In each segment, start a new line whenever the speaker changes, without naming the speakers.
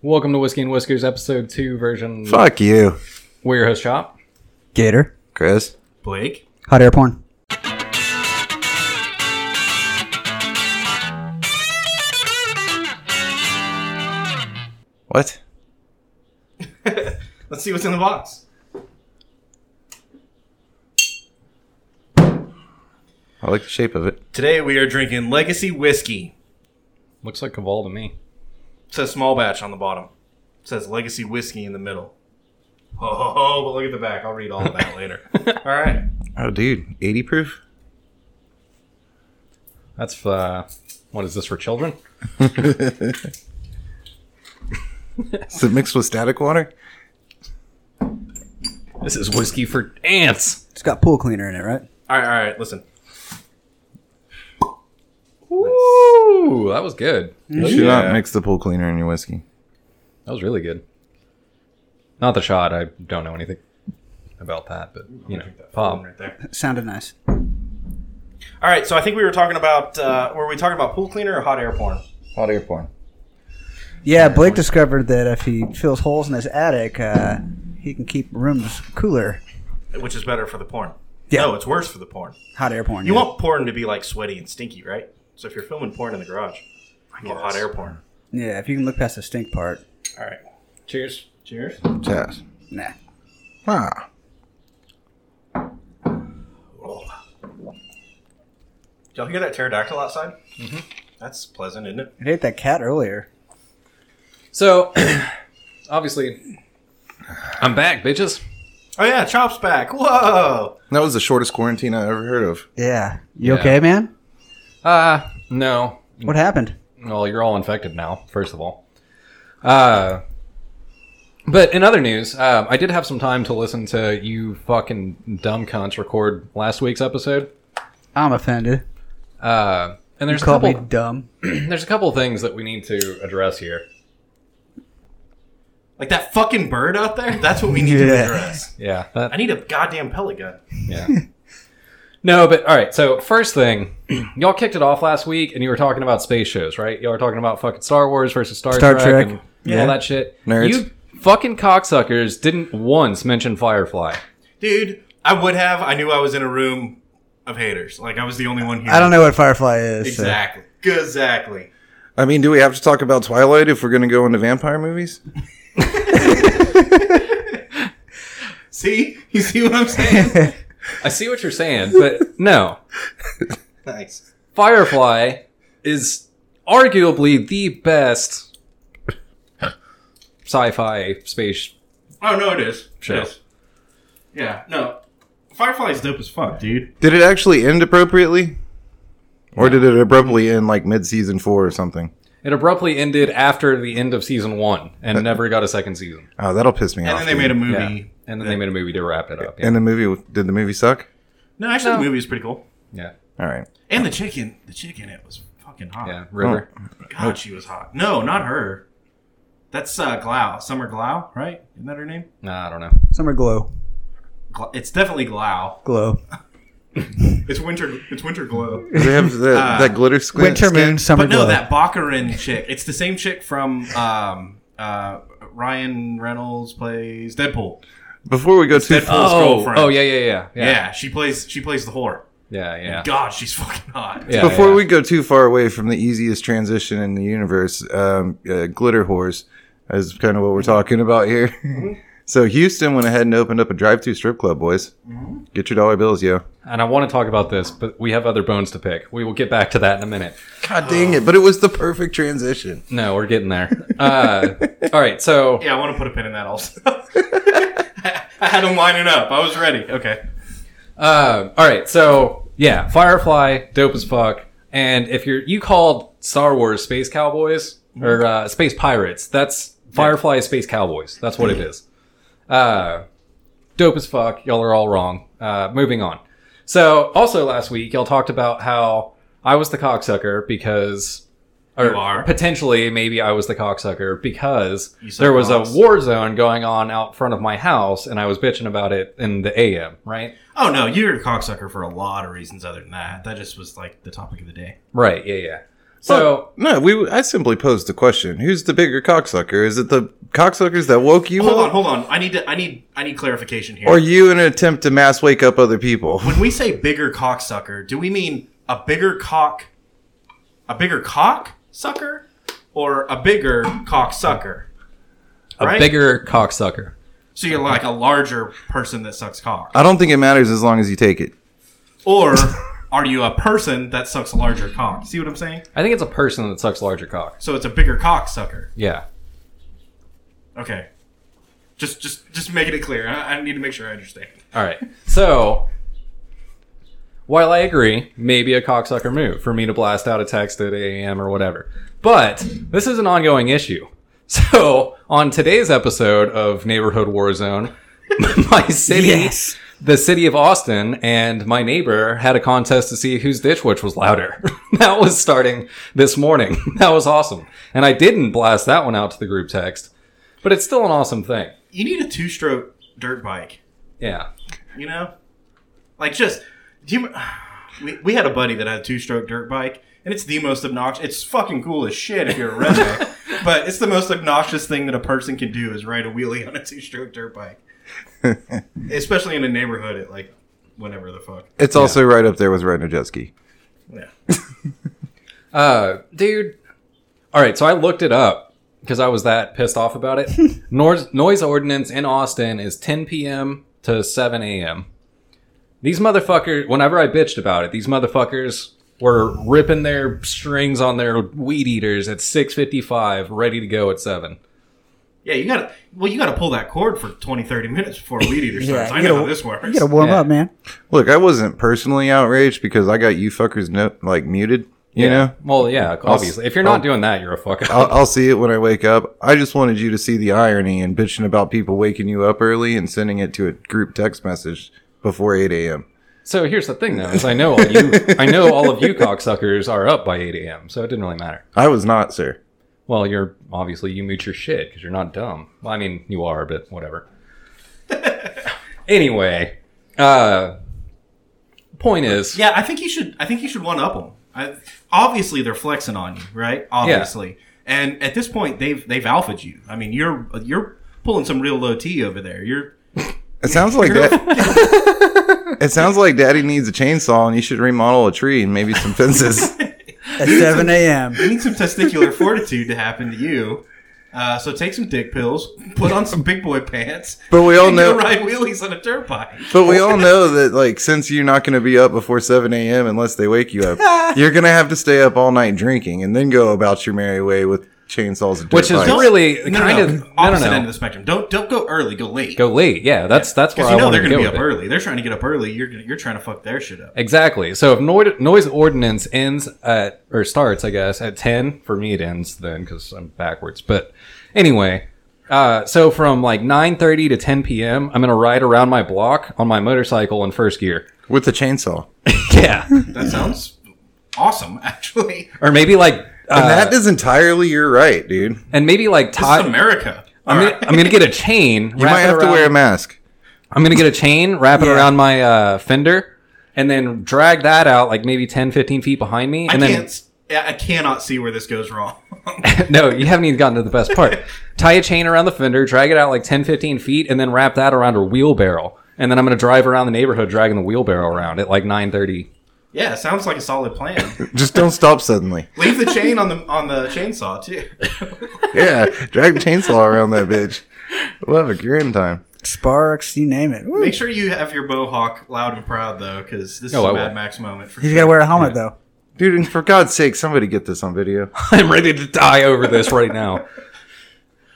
Welcome to Whiskey and Whiskers, episode two version.
Fuck you,
We're your host, Chop.
Gator.
Chris.
Blake?
Hot air porn.
What?
Let's see what's in the box.
I like the shape of it.
Today we are drinking Legacy Whiskey.
Looks like Caval to me.
It says small batch on the bottom. It says Legacy Whiskey in the middle. Oh, ho, ho, but look at the back. I'll read all of that later. All right.
Oh, dude, eighty proof.
That's uh, what is this for children?
Is it mixed with static water?
This is whiskey for ants.
It's got pool cleaner in it, right?
All right, all right. Listen.
Ooh, that was good.
You should
Yeah.
not mix the pool cleaner in your whiskey.
That was really good. Not the shot. I don't know anything about that, but you know, pop.
Right there.
It sounded nice.
All right, so I think we were talking about, uh, were we talking about pool cleaner or hot air porn?
Hot air porn.
Yeah, Blake discovered that if he fills holes in his attic, uh, he can keep rooms cooler.
Which is better for the porn?
Yeah.
No, it's worse for the porn.
Hot air porn.
You
yeah.
want porn to be like sweaty and stinky, right? So if you're filming porn in the garage, you want hot air porn.
Yeah, if you can look past the stink part.
All right.
Cheers.
Cheers.
Yes.
Nah.
Ah.
Y'all hear that pterodactyl outside? Mm-hmm. That's pleasant, isn't it?
I ate that cat earlier.
So, obviously, I'm back, bitches.
Oh yeah, Chop's back. Whoa!
That was the shortest quarantine I ever heard of.
Yeah. You
Yeah.
okay, man?
Uh, no.
Mm.
What happened?
Well, you're all infected now, first of all. Uh, but in other news, uh, I did have some time to listen to you fucking dumb cunts record last week's episode.
I'm offended.
Uh, and there's a
Call me
couple,
dumb.
there's a couple things that we need to address here.
Like that fucking bird out there. That's what we need to
Yeah.
address.
Yeah,
I
that,
need a goddamn pellet gun.
yeah. no, but all right. So first thing, y'all kicked it off last week, and you were talking about space shows, right? Y'all were talking about fucking Star Wars versus Star,
Star
Trek,
Trek.
and
Yeah.
all that shit.
Nerds.
You fucking cocksuckers didn't once mention Firefly.
Dude, I would have. I knew I was in a room of haters. Like I was the only one here.
I don't know what Firefly is. so-
Exactly. Exactly.
I mean, do we have to talk about Twilight if we're gonna go into vampire movies?
See? You see what I'm saying?
I see what you're saying, but no.
nice.
Firefly is arguably the best sci-fi space.
Oh no, it is.
Sure.
It is. Yeah. No. Firefly's dope as fuck, dude.
Did it actually end appropriately? Or did it abruptly end like mid season four or something?
It abruptly ended after the end of season one and never got a second season.
Oh, that'll piss me
And
off.
then they
dude.
made a movie.
Yeah. And then they made a movie to wrap it up. Yeah.
And the movie did the movie suck?
No, actually,
No.
the movie is pretty cool.
yeah.
All right.
And the chicken, the chicken, it was fucking hot.
Yeah. River.
Oh.
God, she was hot. No, not her. That's uh, Glau, Summer Glau, right? Isn't that her name?
Nah, I don't know.
Summer glow.
Gl- it's definitely Glau.
Glow.
It's winter. It's winter glow.
Do they have the,
Uh,
that glitter squint?
Winter
skin?
moon, summer
But
glow.
no, that Baccarin chick. It's the same chick from um, uh, Ryan Reynolds plays Deadpool.
Before we go too
Deadpool. His girlfriend.
oh yeah, yeah, yeah,
Yeah,
yeah,
she plays. She plays the whore.
yeah, yeah.
God, she's fucking hot.
yeah
Before
yeah.
we go too far away from the easiest transition in the universe, um, uh, glitter whores is kind of what we're talking about here. so Houston went ahead and opened up a drive-through strip club, boys. Get your dollar bills, yo.
and I want to talk about this, but we have other bones to pick. We will get back to that in a minute.
God dang it! But it was the perfect transition.
No, we're getting there. Uh, all right, so
Yeah, I want to put a pin in that also. I had them lining up. I was ready. Okay.
Um, all right, so yeah, Firefly, dope as fuck. And if you're you called Star Wars Space Cowboys
Mm-hmm.
or uh, Space Pirates, that's Firefly is Space Cowboys. That's what it
Mm-hmm.
is. Uh, dope as fuck. Y'all are all wrong. Uh, moving on. So also last week, y'all talked about how I was the cocksucker because. Or
You are.
potentially, maybe I was the cocksucker because
You suck
there was a
cocks.
war zone going on out front of my house, and I was bitching about it in the AM, right?
Oh no, you're a cocksucker for a lot of reasons other than that. That just was like the topic of the day.
Right. Yeah. Yeah. So
No, we. I simply posed the question: Who's the bigger cocksucker? Is it the cocksuckers that woke you
Hold on,
up,
hold on. I need to. I need. I need clarification here.
or you in an attempt to mass wake up other people?
when we say bigger cocksucker, do we mean a bigger cock, a bigger cock sucker, or a bigger cocksucker?
a
Right?
bigger cocksucker.
So you're like a larger person that sucks cock,
I don't think it matters as long as you take it.
or are you a person that sucks larger cock? See what I'm saying?
I think it's a person that sucks larger cocks.
So it's a bigger cocksucker.
Yeah.
Okay, just just just making it clear. I, I need to make sure I understand.
All right. So, while I agree, maybe a cocksucker move for me to blast out a text at 8 a.m. or whatever. But this is an ongoing issue. So, on today's episode of Neighborhood Warzone, my city,
Yes.
the city of Austin, and my neighbor had a contest to see whose ditch witch was louder. that was starting this morning. that was awesome. And I didn't blast that one out to the group text, but it's still an awesome thing.
You need a two-stroke dirt bike.
Yeah.
You know, like just do you? We, we had a buddy that had a two-stroke dirt bike, and it's the most obnoxious. It's fucking cool as shit if you're a redneck, but it's the most obnoxious thing that a person can do is ride a wheelie on a two-stroke dirt bike, especially in a neighborhood at like whenever the fuck.
It's also right up there with riding a jet ski.
Yeah,
Uh, dude. All right, so I looked it up because I was that pissed off about it. noise, noise ordinance in Austin is 10 p.m. to 7 a.m. These motherfuckers, whenever I bitched about it, these motherfuckers were ripping their strings on their weed eaters at 6:55, ready to go at 7.
yeah. You gotta well, you gotta pull that cord for 20, 30 minutes before weed eater
Yeah,
starts.
you
I know
gotta-
how this works.
You gotta warm
Yeah.
up, man.
Look, I wasn't personally outraged because I got you fuckers no, like muted. You
yeah.
know,
Well, yeah, obviously. if you're not doing that, you're a fuck up.
I'll, I'll see it when I wake up. I just wanted you to see the irony and bitching about people waking you up early and sending it to a group text message before 8 a.m.
So here's the thing, though, is I know all you, I know all of you cocksuckers are up by 8 a.m., so it didn't really matter.
I was not, sir.
Well, you're obviously you mute your shit because you're not dumb. Well, I mean, you are, but whatever. anyway, uh, point is,
Yeah, I think you should. I think you should one up them. I, obviously, they're flexing on you, right? Obviously, and at this point, they've they've alphaed you. I mean, you're you're pulling some real low T over there. You're
It sounds like that. it sounds like Daddy needs a chainsaw and you should remodel a tree and maybe some fences.
At 7 a.m.
you need some testicular fortitude to happen to you. Uh, so take some dick pills, put on some big boy pants.
But we all
and go
know-
ride wheelies on a dirt bike.
but we all know that, like, since you're not going to be up before 7 a.m. unless they wake you up, you're going to have to stay up all night drinking and then go about your merry way with chainsaws and dirt
Which is
bikes.
don't- really
no,
kind
no,
of-
no,
no, no,
opposite
no.
end of the spectrum. Don't don't go early. Go late.
go late. Yeah, that's that's where
because
I
you know
want
they're
to
going to
go with
be up
it.
early. They're trying to get up early. You're gonna, you're trying to fuck their shit up.
Exactly. So if noid- noise ordinance ends at or starts, I guess at ten for me, it ends then because I'm backwards. But anyway, uh, so from like nine thirty to ten p.m., I'm gonna ride around my block on my motorcycle in first gear.
with a chainsaw.
yeah,
That sounds awesome, actually.
or maybe like.
And
Uh,
that is entirely your right, dude. You
and maybe like
This
tie.
is America.
I'm gonna, I'm gonna get a chain. You
might have to wear a mask.
I'm gonna get a chain, wrap it around my uh, fender, and then drag that out like maybe 10, 15 feet behind me. And
I
then
can't. I I cannot see where this goes wrong.
no, you haven't even gotten to the best part. Tie a chain around the fender, drag it out like 10, 15 feet, and then wrap that around a wheelbarrow. And then I'm gonna drive around the neighborhood dragging the wheelbarrow around at like 9:30.
yeah, sounds like a solid plan.
Just don't stop suddenly.
Leave the chain on the on the chainsaw too.
Yeah, drag a chainsaw around that bitch. We'll have a grand time.
Sparks, you name it. Woo.
Make sure you have your mohawk loud and proud though, because this
No,
is a
I
Mad
will.
Max moment. For
He's
sure.
gotta wear a helmet, though.
Dude, and for God's sake, somebody get this on video.
I'm ready to die over this right now.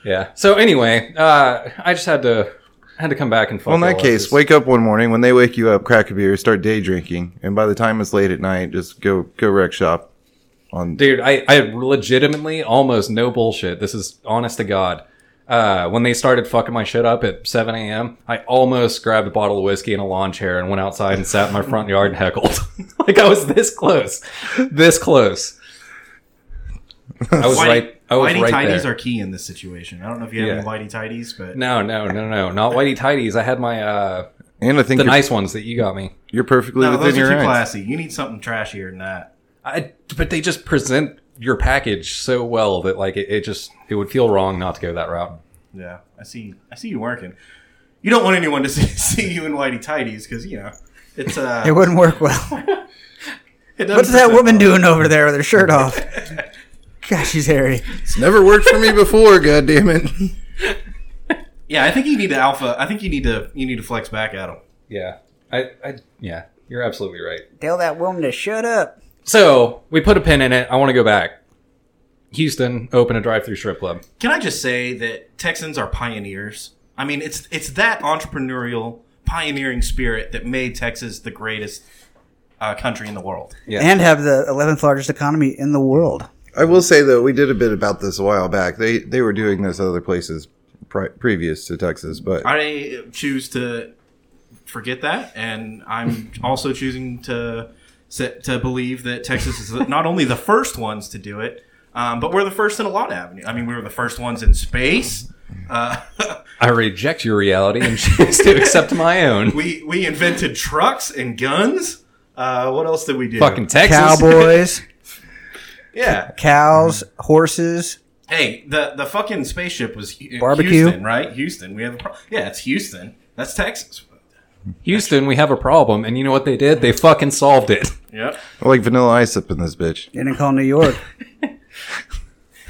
Yeah. So anyway, uh, I just had to had to come back and. Fuck
Well, in
all
that
of
case,
this.
wake up one morning when they wake you up, crack a beer, start day drinking, and by the time it's late at night, just go go wreck shop. On
dude I, I legitimately almost no bullshit this is honest to god uh, when they started fucking my shit up at 7 a.m i almost grabbed a bottle of whiskey and a lawn chair and went outside and sat in my front yard and heckled like i was this close this close i was
Whitey,
right i was
whitey
right
tidies
there
are key in this situation. I don't know if you have
Yeah.
any whitey tidies, but
no no no no not whitey tidies i had my uh
and I think
the
you're,
nice ones that you got me
you're perfectly
No, those
within
are too
your rights.
classy. You need something trashier than that.
I, but they just present your package so well that like it, it just it would feel wrong not to go that route.
Yeah, I see. I see you working. You don't want anyone to see, see you in whitey tighties because you know it's uh.
It wouldn't work well.
it doesn't
What's that
present
woman
well.
doing over there with her shirt off? God, she's hairy.
It's never worked for me before, God damn it.
Yeah, I think you need to alpha. I think you need to you need to flex back at them.
Yeah, I, I yeah, you're absolutely right.
Tell that woman to shut up.
So we put a pin in it. I want to go back. Houston open a drive-through strip club.
Can I just say that Texans are pioneers? I mean, it's it's that entrepreneurial pioneering spirit that made Texas the greatest uh, country in the world.
Yeah.
And have the 11th largest economy in the world.
I will say though, we did a bit about this a while back. They they were doing this other places pri- previous to Texas, but
I choose to forget that, and I'm also choosing to se- to believe that Texas is not only the first ones to do it, um, but we're the first in a lot of avenues. I mean, we were the first ones in space. Uh,
I reject your reality and choose to accept my own.
we we invented trucks and guns. Uh, what else did we do?
Fucking Texas.
Cowboys,
yeah.
cows, horses.
Hey, the the fucking spaceship was Hu-
Barbecue?
Houston, right? Houston. We have a pro- yeah, it's Houston. That's Texas.
Houston, we have a problem, and you know what they did? They fucking solved it.
Yep.
I like vanilla ice up in this bitch.
Didn't call New York.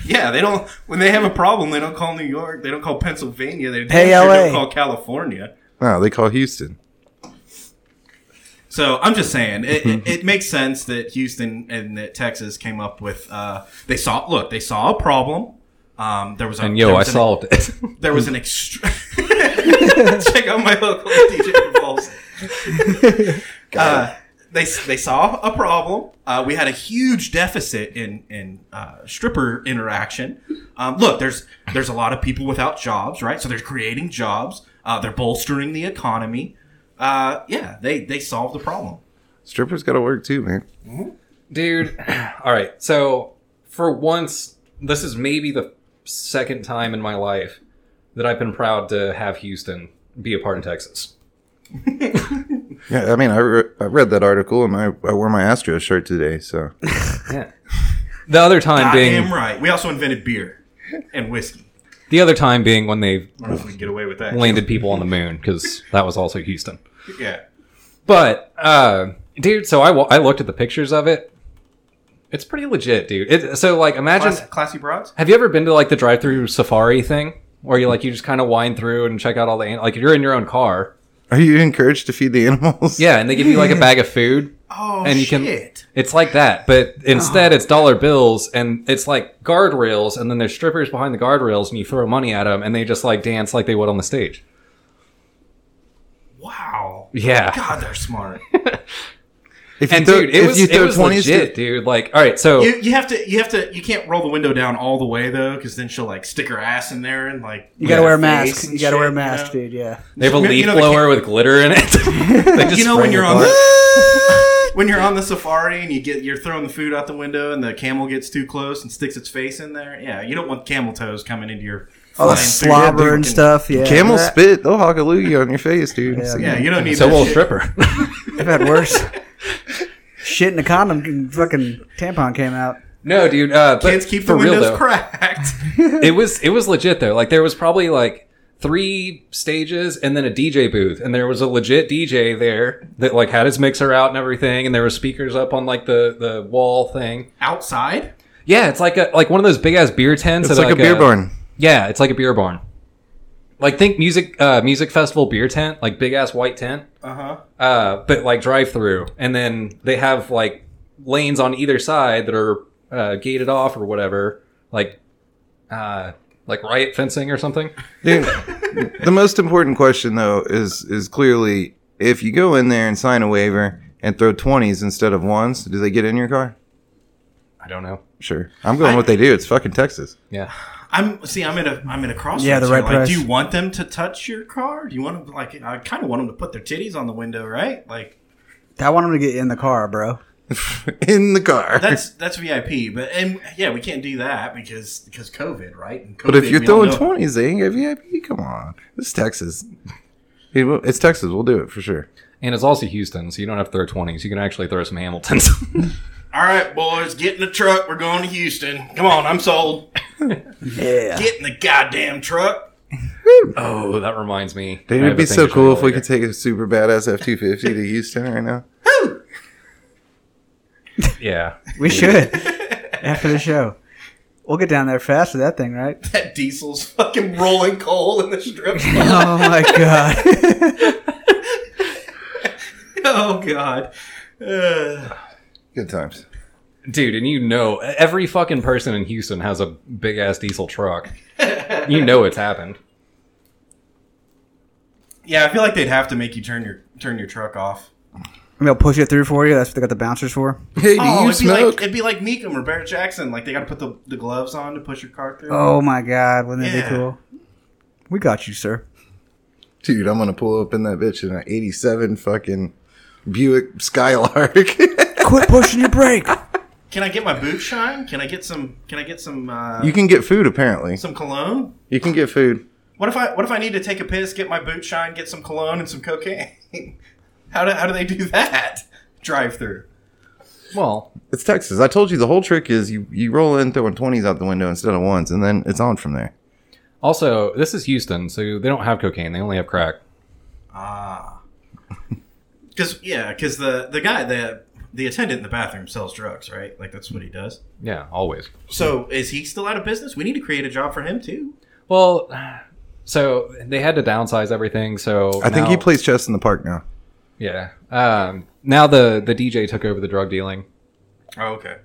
Yeah, they don't. When they have a problem, they don't call New York. They don't call Pennsylvania. They
Hey,
damn sure
LA.
don't call California.
No, they call Houston.
So I'm just saying, it, it, it makes sense that Houston and that Texas came up with. Uh, they saw look, they saw a problem. Um, there was a,
And
there
yo, I
was an-
solved it.
There was an extra. Check out my local DJ Pulse. Uh, they they saw a problem. Uh, we had a huge deficit in in uh, stripper interaction. Um, look, there's there's a lot of people without jobs, right? So they're creating jobs. Uh, they're bolstering the economy. Uh, yeah, they they solved the problem.
Strippers got to work too, man.
Dude, all right. So, for once, this is maybe the second time in my life that I've been proud to have Houston be a part of Texas.
Yeah, I mean, I, re- I read that article and I, I wore my Astros shirt today, so
Yeah. The other time
I
being
am right. We also invented beer and whiskey.
the other time being when they
I don't know if we can get away with that.
landed people on the moon because that was also Houston.
Yeah.
But uh, dude, so I wa- I looked at the pictures of it. It's pretty legit, dude. It, so like, imagine
Class, classy broads?
Have you ever been to like the drive-through safari thing, where you like you just kind of wind through and check out all the an- like you're in your own car,
Are you encouraged to feed the animals?
yeah, and they give you like a bag of food,
Oh,
and you can.
shit.
It's like that, but instead it's dollar bills, and it's like guardrails, and then there's strippers behind the guardrails, and you throw money at them, and they just like dance like they would on the stage.
Wow.
Yeah,
God, they're smart.
If
and
throw-
dude, it
if
was
you
it
throw
was
20s to-
legit, dude. Like, all right, so
You, you have to you have to you can't roll the window down all the way though because then she'll like stick her ass in there and like
You gotta
Yeah.
wear a
Face
mask.
and
You gotta
shit,
wear a
you
mask,
know?
dude. Yeah.
they have a
you know
leaf
the
blower with glitter in it. They just
you know when
spray
you're
it
on
on-
the, when you're on the safari and you get you're throwing the food out the window and the camel gets too close and sticks its face in there yeah you don't want camel toes coming into your
All the
flying through your
slobber and
fucking-
stuff. Yeah.
Camel
That-
spit. They'll hawk a loogie on your face, dude.
Yeah.
So-
yeah you don't need
so
that
will a
shit.
stripper.
I've had worse. Shit in a condom and fucking tampon came out.
no, dude. Uh, but
kids keep the
for real,
windows
though.
cracked
it was it was legit though. Like there was probably like three stages and then a DJ booth, and there was a legit DJ there that like had his mixer out and everything, and there were speakers up on like the the wall thing.
outside
Yeah, it's like a like one of those big ass beer tents.
It's
that
like, a beer barn.
Yeah, it's like a beer barn. Like think music uh music festival beer tent, like big ass white tent.
uh huh
Uh, but like drive through, and then they have like lanes on either side that are uh, gated off or whatever, like uh, like riot fencing or something.
Dude, the most important question though is is clearly if you go in there and sign a waiver and throw twenties instead of ones, do they get in your car?
I don't know.
Sure. I'm going what they do. It's fucking Texas.
Yeah.
I'm see. I'm in a. I'm in a crossroads.
Yeah, the
here.
right
Like,
price.
do you want them to touch your car? Do you want them like? I kind of want them to put their titties on the window, right? Like,
I want him to get in the car, bro.
in the car.
that's that's VIP, but and yeah, we can't do that because because COVID, right? And COVID,
but if you're
we all
throwing
know-
twenties, they ain't got VIP. Come on, this is Texas. Hey, well, It's Texas. We'll do it for sure.
And it's also Houston, so you don't have to throw 20s. You can actually throw some Hamiltons.
all right, boys, get in the truck. We're going to Houston. Come on, I'm sold.
Yeah.
Get in the goddamn truck.
Oh, that reminds me.
Dude,
I have
it'd
a
be
thing
so
to show
cool
you
if we
later.
could take a super badass F two fifty to Houston right now.
Yeah.
We should after the show. We'll get down there fast with that thing, right?
That diesel's fucking rolling coal in the strip club.
Oh my god!
oh god. Uh,
Good times.
Dude, and you know, every fucking person in Houston has a big ass diesel truck. you know it's happened.
yeah, I feel like they'd have to make you turn your turn your truck off.
Maybe I'll push it through for you. That's what they got the bouncers for.
Hey, do
Oh,
you
it'd be like
smoke?
it'd be like Meekum or Barrett Jackson. Like they got to put the, the gloves on to push your car
Uh,
through.
Oh my god! Wouldn't that
Yeah.
be cool? We got you, sir.
Dude, I'm gonna pull up in that bitch in an eighty seven fucking Buick Skylark.
Quit pushing your brake.
Can I get my boot shine? Can I get some? Can I get some? Uh,
you can get food apparently.
some cologne.
You can get food.
What if I what if I need to take a piss, get my boot shine, get some cologne and some cocaine? how do how do they do that? Drive through.
Well,
It's Texas. I told you the whole trick is you, you roll in throwing twenties out the window instead of ones, and then it's on from there.
also, this is Houston, so they don't have cocaine. They only have crack.
Ah. Cause yeah, cause the the guy the the attendant in the bathroom sells drugs, right? Like that's what he does.
Yeah, always.
So is he still out of business? We need to create a job for him too.
Well, so they had to downsize everything. So
I think
now-
he plays chess in the park now.
Yeah. Um, now the the DJ took over the drug dealing.
Oh, okay.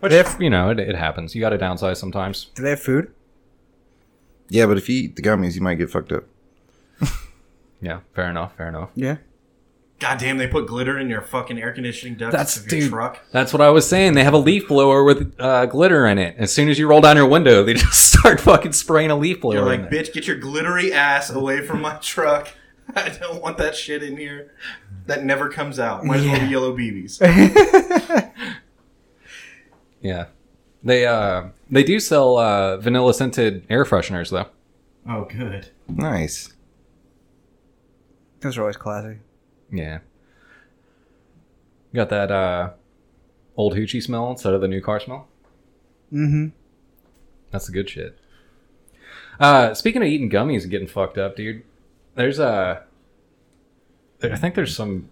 Which, if you know, it, it happens. You got to downsize sometimes.
Do they have food?
Yeah, but if you eat the gummies, you might get fucked up.
Yeah, fair enough. Fair enough.
Yeah.
God damn, they put glitter in your fucking air conditioning ducts
That's
of your
dude.
truck.
That's what I was saying. They have a leaf blower with uh, glitter in it. As soon as you roll down your window, they just start fucking spraying a leaf blower.
You're
in
like,
there.
bitch, get your glittery ass away from my truck. I don't want that shit in here. That never comes out. Might as well be yellow BBs.
yeah. They uh they do sell uh, vanilla scented air fresheners though.
Oh, good.
Nice.
Those are always classy.
Yeah. Got that uh old hoochie smell instead of the new car smell.
Mm-hmm.
That's the good shit. Uh, speaking of eating gummies and getting fucked up, dude, there's uh, I think there's some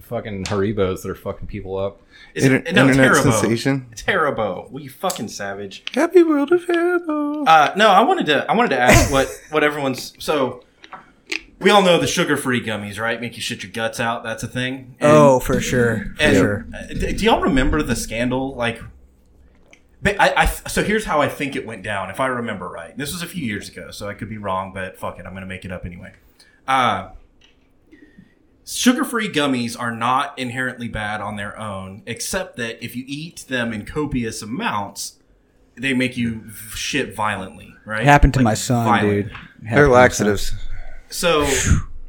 fucking Haribos that are fucking people up.
Is it,
Inter-
no,
internet
Terribo.
sensation.
Terribo. Well, you fucking savage.
Happy world of Haribo.
Uh, no, I wanted to. I wanted to ask what what everyone's. So we all know the sugar free gummies, right? Make you shit your guts out. That's a thing. And-
Oh, for sure. For
and,
sure.
uh, d- do y'all remember the scandal? Like, ba- I, I so here's how I think it went down, if I remember right. This was a few years ago, so I could be wrong, but fuck it, I'm gonna make it up anyway. Uh, sugar-free gummies are not inherently bad on their own, except that if you eat them in copious amounts, they make you v- shit violently. Right?
It happened to
Like,
my son,
violent.
dude. It happened to
They're
my
laxatives.
So,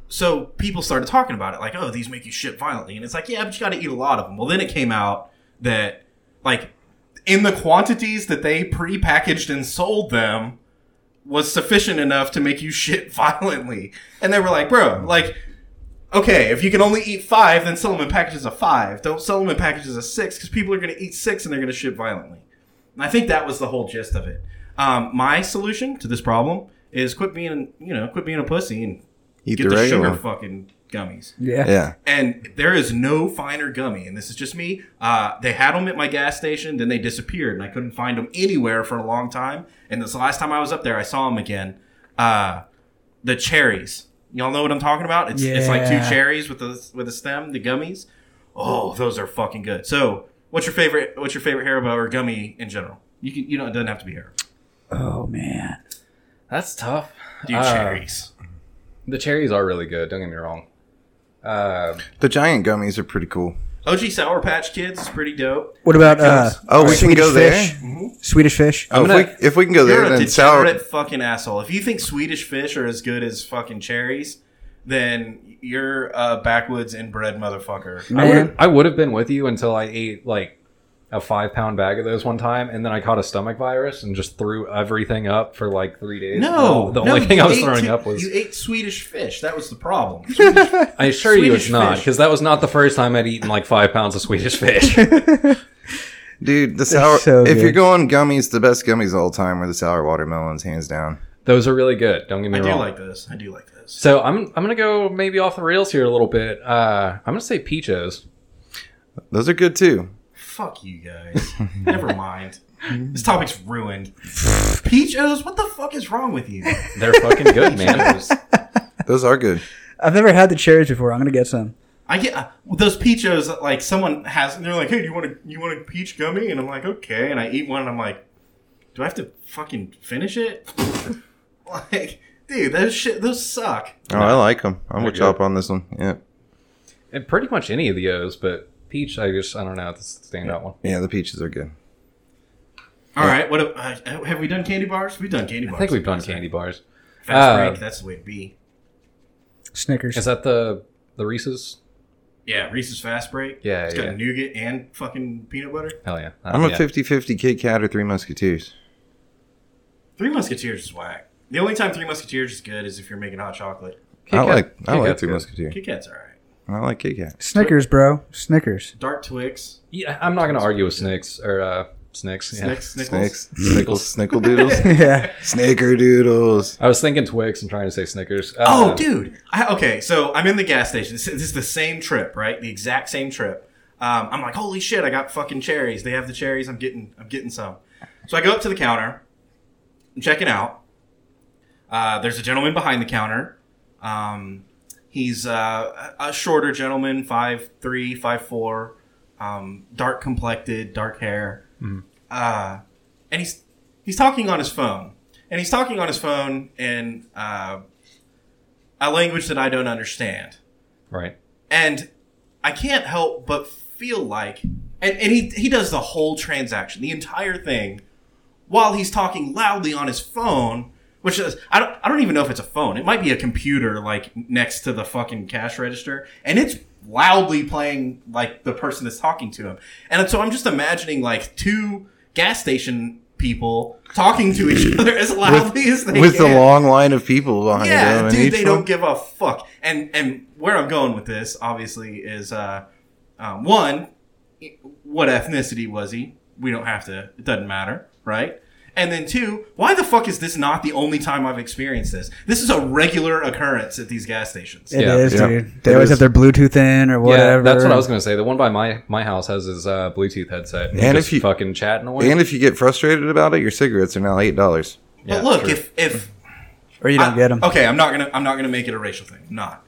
so people started talking about it, like, "Oh, these make you shit violently," and it's like, "Yeah, but you got to eat a lot of them." Well, then it came out that, like, in the quantities that they prepackaged and sold them was sufficient enough to make you shit violently, and they were like, "Bro, like." Okay, if you can only eat five, then sell them in packages of five. Don't sell them in packages of six because people are going to eat six and they're going to shit violently. And I think that was the whole gist of it. Um, my solution to this problem is quit being, you know, quit being a pussy and
Eat the
get the,
regular.
sugar
one.
fucking gummies.
son. Yeah.
yeah.
And there is no finer gummy, and this is just me. Uh, they had them at my gas station, then they disappeared, and I couldn't find them anywhere for a long time. And this last time I was up there, I saw them again. Uh, the cherries, y'all know what I'm talking about? It's, it's like two
Yeah.
cherries with a with a stem, the gummies. Oh, those are fucking good. So, what's your favorite? What's your favorite Haribo or gummy in general? You can, you know, it doesn't have to be Haribo.
Oh man.
That's tough.
Do
Uh,
cherries?
The cherries are really good. Don't get me wrong. Uh,
The giant gummies are pretty cool.
OG Sour Patch Kids is pretty dope.
What about uh?
Oh, we can
Swedish
go
fish?
there. Mm-hmm.
Swedish fish.
Oh,
gonna-
if, we, if we can go
You're
there,
a
then sour.
degenerate fucking asshole. If you think Swedish fish are as good as fucking cherries, then you're a backwoods inbred motherfucker.
I
Man.
would I would have been with you until I ate like a five pound bag of those one time, and then I caught a stomach virus and just threw everything up for like three days.
No,
the
no,
only thing
you
I was
ate
throwing
two-
up was
you ate Swedish fish. That was the problem.
I assure you it's
Swedish
not
fish.
because that was not the first time I'd eaten like five pounds of Swedish fish.
Dude, the sour.
so
if you're
good.
going gummies, the best gummies all the time are the sour watermelons, hands down.
Those are really good. Don't get me
I do
wrong.
like this. I do like this.
so I'm I'm gonna go maybe off the rails here a little bit. Uh, I'm gonna say peaches.
Those are good too.
Fuck you guys. Never mind. This topic's ruined. Peachos, what the fuck is wrong with you?
They're fucking good, man.
Peachos.
Those are good.
I've never had the cherries before. I'm gonna get some.
I get uh, those peachos. that, Like someone has, and they're like, "Hey, do you want a you want a peach gummy?" And I'm like, "Okay." And I eat one, and I'm like, "Do I have to fucking finish it?" like, dude, those shit, those suck.
Oh, I like them. I'm with
They're good.
Chop on this one. Yeah,
And pretty much any of the O's, but peach. I just I don't know. It's the standout one.
yeah, the peaches are good.
All right, what if- uh, have we done candy bars? We've done candy bars.
I think we've done candy bars.
Fast
Uh,
break. That's the way to be.
Snickers.
Is that the the Reese's?
Yeah, Reese's fast break.
Yeah,
it's
yeah.
got nougat and fucking peanut butter.
Hell yeah. Uh,
I'm a
yeah.
50 50 Kit Kat or Three Musketeers.
Three Musketeers is whack. The only time Three Musketeers is good is if you're making hot chocolate.
Kit
I
Kat-
like I
Kit
like
Kat's
Three
good.
Musketeers.
Kit Kat's all right.
I like Kit Kat.
Snickers, bro. Snickers.
Dark Twix.
Yeah, I'm not gonna argue with Snicks or uh, Snicks. Yeah.
Snicks. Snickles.
Snakes, snickles, snickle doodles,
yeah.
snickerdoodles.
I was thinking Twix and trying to say Snickers. Uh,
Oh, dude. I, okay, so I'm in the gas station. This, this is the same trip, right? The exact same trip. Um, I'm like, holy shit! I got fucking cherries. They have the cherries. I'm getting. I'm getting some. So I go up to the counter. I'm checking out. Uh, there's a gentleman behind the counter. Um, he's uh, a a shorter gentleman, five three, five four, um, dark complected, dark hair. Uh, and he's he's talking on his phone, and he's talking on his phone in uh, a language that I don't understand,
Right.
and I can't help but feel like, and, and he he does the whole transaction, the entire thing, while he's talking loudly on his phone. Which is, I don't, I don't even know if it's a phone. It might be a computer, like next to the fucking cash register, and it's loudly playing like the person that's talking to him. And so I'm just imagining like two gas station people talking to each other as loudly as they
With
can
the long line of people behind
yeah,
them. and
dude,
each
they
one-
don't give a fuck. And and where I'm going with this, obviously, is uh, um, one, what ethnicity was he? We don't have to. It doesn't matter, right? And then two, why the fuck is this not the only time I've experienced this? This is a regular occurrence at these gas stations.
It
Yeah.
is,
Yeah.
dude. They
It
always
is.
have their Bluetooth in or whatever.
Yeah, that's what I was gonna say. The one by my my house has his uh, Bluetooth headset. And,
And
just
if you-
fucking chatting away,
And if you get frustrated about it, your cigarettes are now eight dollars.
Yeah,
but look,
true.
if if
Or you don't
I-
get them.
Okay, I'm not gonna I'm not gonna make it a racial thing. I'm not.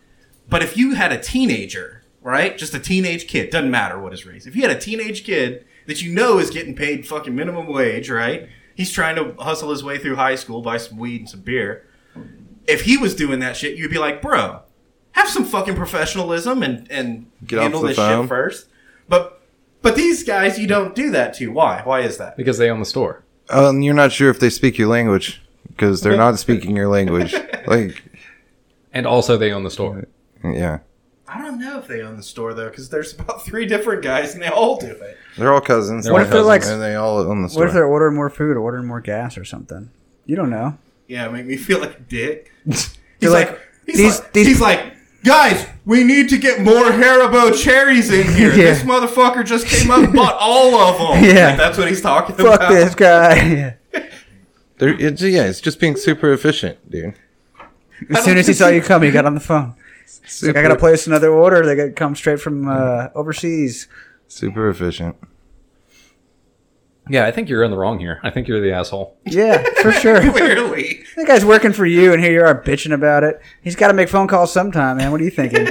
But if you had a teenager, right? Just a teenage kid, doesn't matter what his race. If you had a teenage kid that you know is getting paid fucking minimum wage, right? He's trying to hustle his way through high school, buy some weed and some beer. If he was doing that shit, you'd be like, bro, have some fucking professionalism and and
Get off
handle
the
this
phone.
shit first. But but these guys, you don't do that to. Why? Why is that?
because they own the store.
Oh, and you're not sure if they speak your language because they're not speaking your language. Like,
And also, they own the store.
yeah,
I don't know if they own the store though, because there's about three different guys and they all do it.
they're all cousins.
What if
they're like-
And they all own the
What
store.
if they're ordering more food or ordering more gas or something? You don't know.
Yeah, make me feel like a dick. He's
You're
like,
like,
he's,
these-
like
these-
he's like, guys, we need to get more Haribo cherries in here.
Yeah.
This motherfucker just came up and bought all of them.
Yeah.
Like, that's what he's talking
Fuck
about.
this guy. Yeah.
They're- it's, yeah, it's just being super efficient, dude.
As soon as he saw you come, he got on the phone. It's like, I gotta place another order. They got come straight from uh, overseas.
Super efficient.
Yeah, I think you're in the wrong here. I think you're the asshole.
Yeah, for sure.
Clearly.
That guy's working for you, and here you are bitching about it. He's got to make phone calls sometime, man. What are you thinking?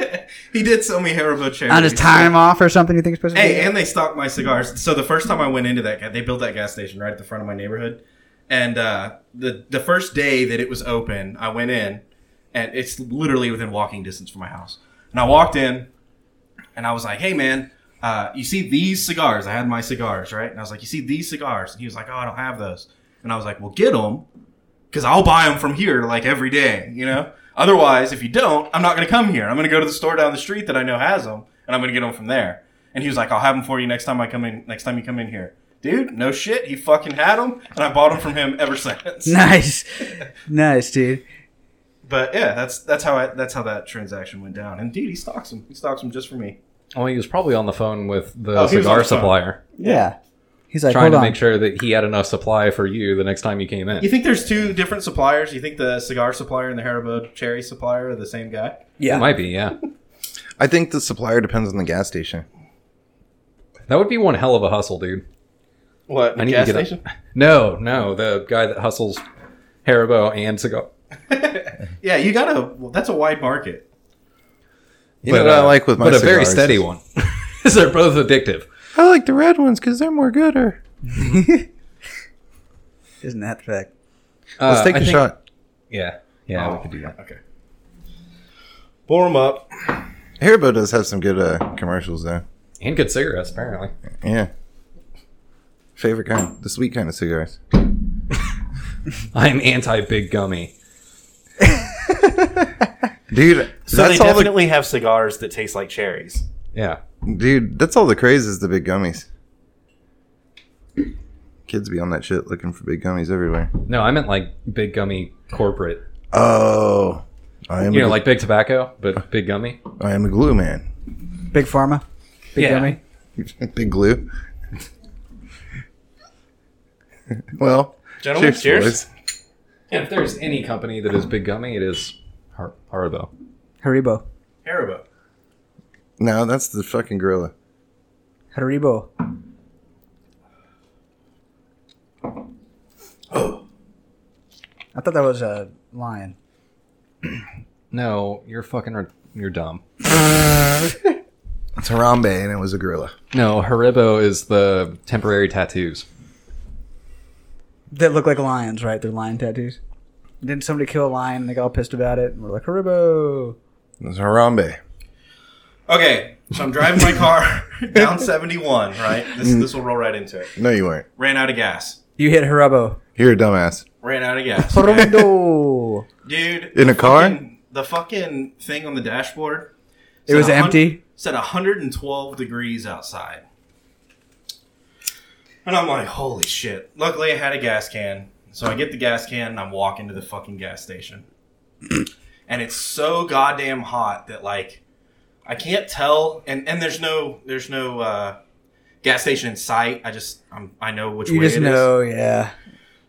He did sell me Haribo cherries.
On his time off or something? You think he's supposed to? do
Hey,
that?
and they stocked my cigars. So the first time I went into that, ga- they built that gas station right at the front of my neighborhood, and uh, the the first day that it was open, I went in, and it's literally within walking distance from my house. And I walked in, and I was like, "Hey, man, uh, you see these cigars? I had my cigars, right?" And I was like, "You see these cigars?" And he was like, "Oh, I don't have those." And I was like, "Well, get them, because I'll buy them from here like every day, you know. Otherwise, if you don't, I'm not going to come here. I'm going to go to the store down the street that I know has them, and I'm going to get them from there." And he was like, "I'll have them for you next time I come in. Next time you come in here." Dude, no shit. He fucking had them, and I bought them from him ever since.
nice, nice, dude.
But yeah, that's that's how I, that's how that transaction went down. And dude, he stocks them. He stocks them just for me.
Well, he was probably on the phone with the
Oh, he was on
cigar
the phone.
supplier.
Yeah, He's like,
trying
hold
to
on.
make sure that he had enough supply for you the next time you came in.
You think there's two different suppliers? You think the cigar supplier and the Haribo cherry supplier are the same guy?
It
yeah.
might be, yeah.
I think the supplier depends on the gas station.
That would be one hell of a hustle, dude.
What?
I need to get up. No, no, the guy that hustles Haribo and cigar.
Yeah, you gotta. Well, that's a wide market.
You know what I like with my
but a very
cigars
steady
is-
one. Is they're both addictive.
I like the red ones because they're more gooder.
Isn't that the fact?
Let's
Uh,
take
I
a
think-
shot.
Yeah, yeah,
Oh.
we could do that.
Okay. Pour them up.
Haribo does have some good uh, commercials though.
And good cigarettes, apparently.
Yeah. Favorite kind, the sweet kind of cigars.
I'm anti big gummy.
Dude,
So they
that's all the
definitely have cigars that taste like cherries.
Yeah,
dude. That's all the craze is the big gummies. Kids be on that shit looking for big gummies everywhere.
no, I meant like big gummy corporate.
Oh, I am.
You
a,
know,
gl-
like big tobacco, but big gummy.
I am a glue man.
Big pharma. Big
Yeah.
gummy.
big glue. well,
Gentlemen, cheers.
boys.
If there's any company that is big gummy, it is Har- Haribo.
Haribo.
Haribo.
No, that's the fucking gorilla.
Haribo. I thought that was a lion.
No, you're fucking re- you're dumb.
It's Harambe, and it was a gorilla.
No, Haribo is the temporary tattoos.
That look like lions, right? They're lion tattoos. Didn't somebody kill a lion and they got all pissed about it? And we're like, Haribo.
It was Harambe.
Okay, so I'm driving my car down 71. Right.
Mm.
This this will roll right into it.
No, you weren't.
Ran out of gas.
You hit Haribo.
You're a dumbass.
Ran out of gas. okay?
Haribo.
Dude.
In a
the
car?
fucking- the fucking thing on the dashboard.
it was
said a hun-
empty.
Said 112 degrees outside. And I'm like, holy shit. Luckily, I had a gas can. So I get the gas can and I'm walking to the fucking gas station. and it's so goddamn hot that, like, I can't tell. And, and there's no, there's no, uh, gas station in sight. I just, I'm, I know which
You
way it
just
is.
know, yeah.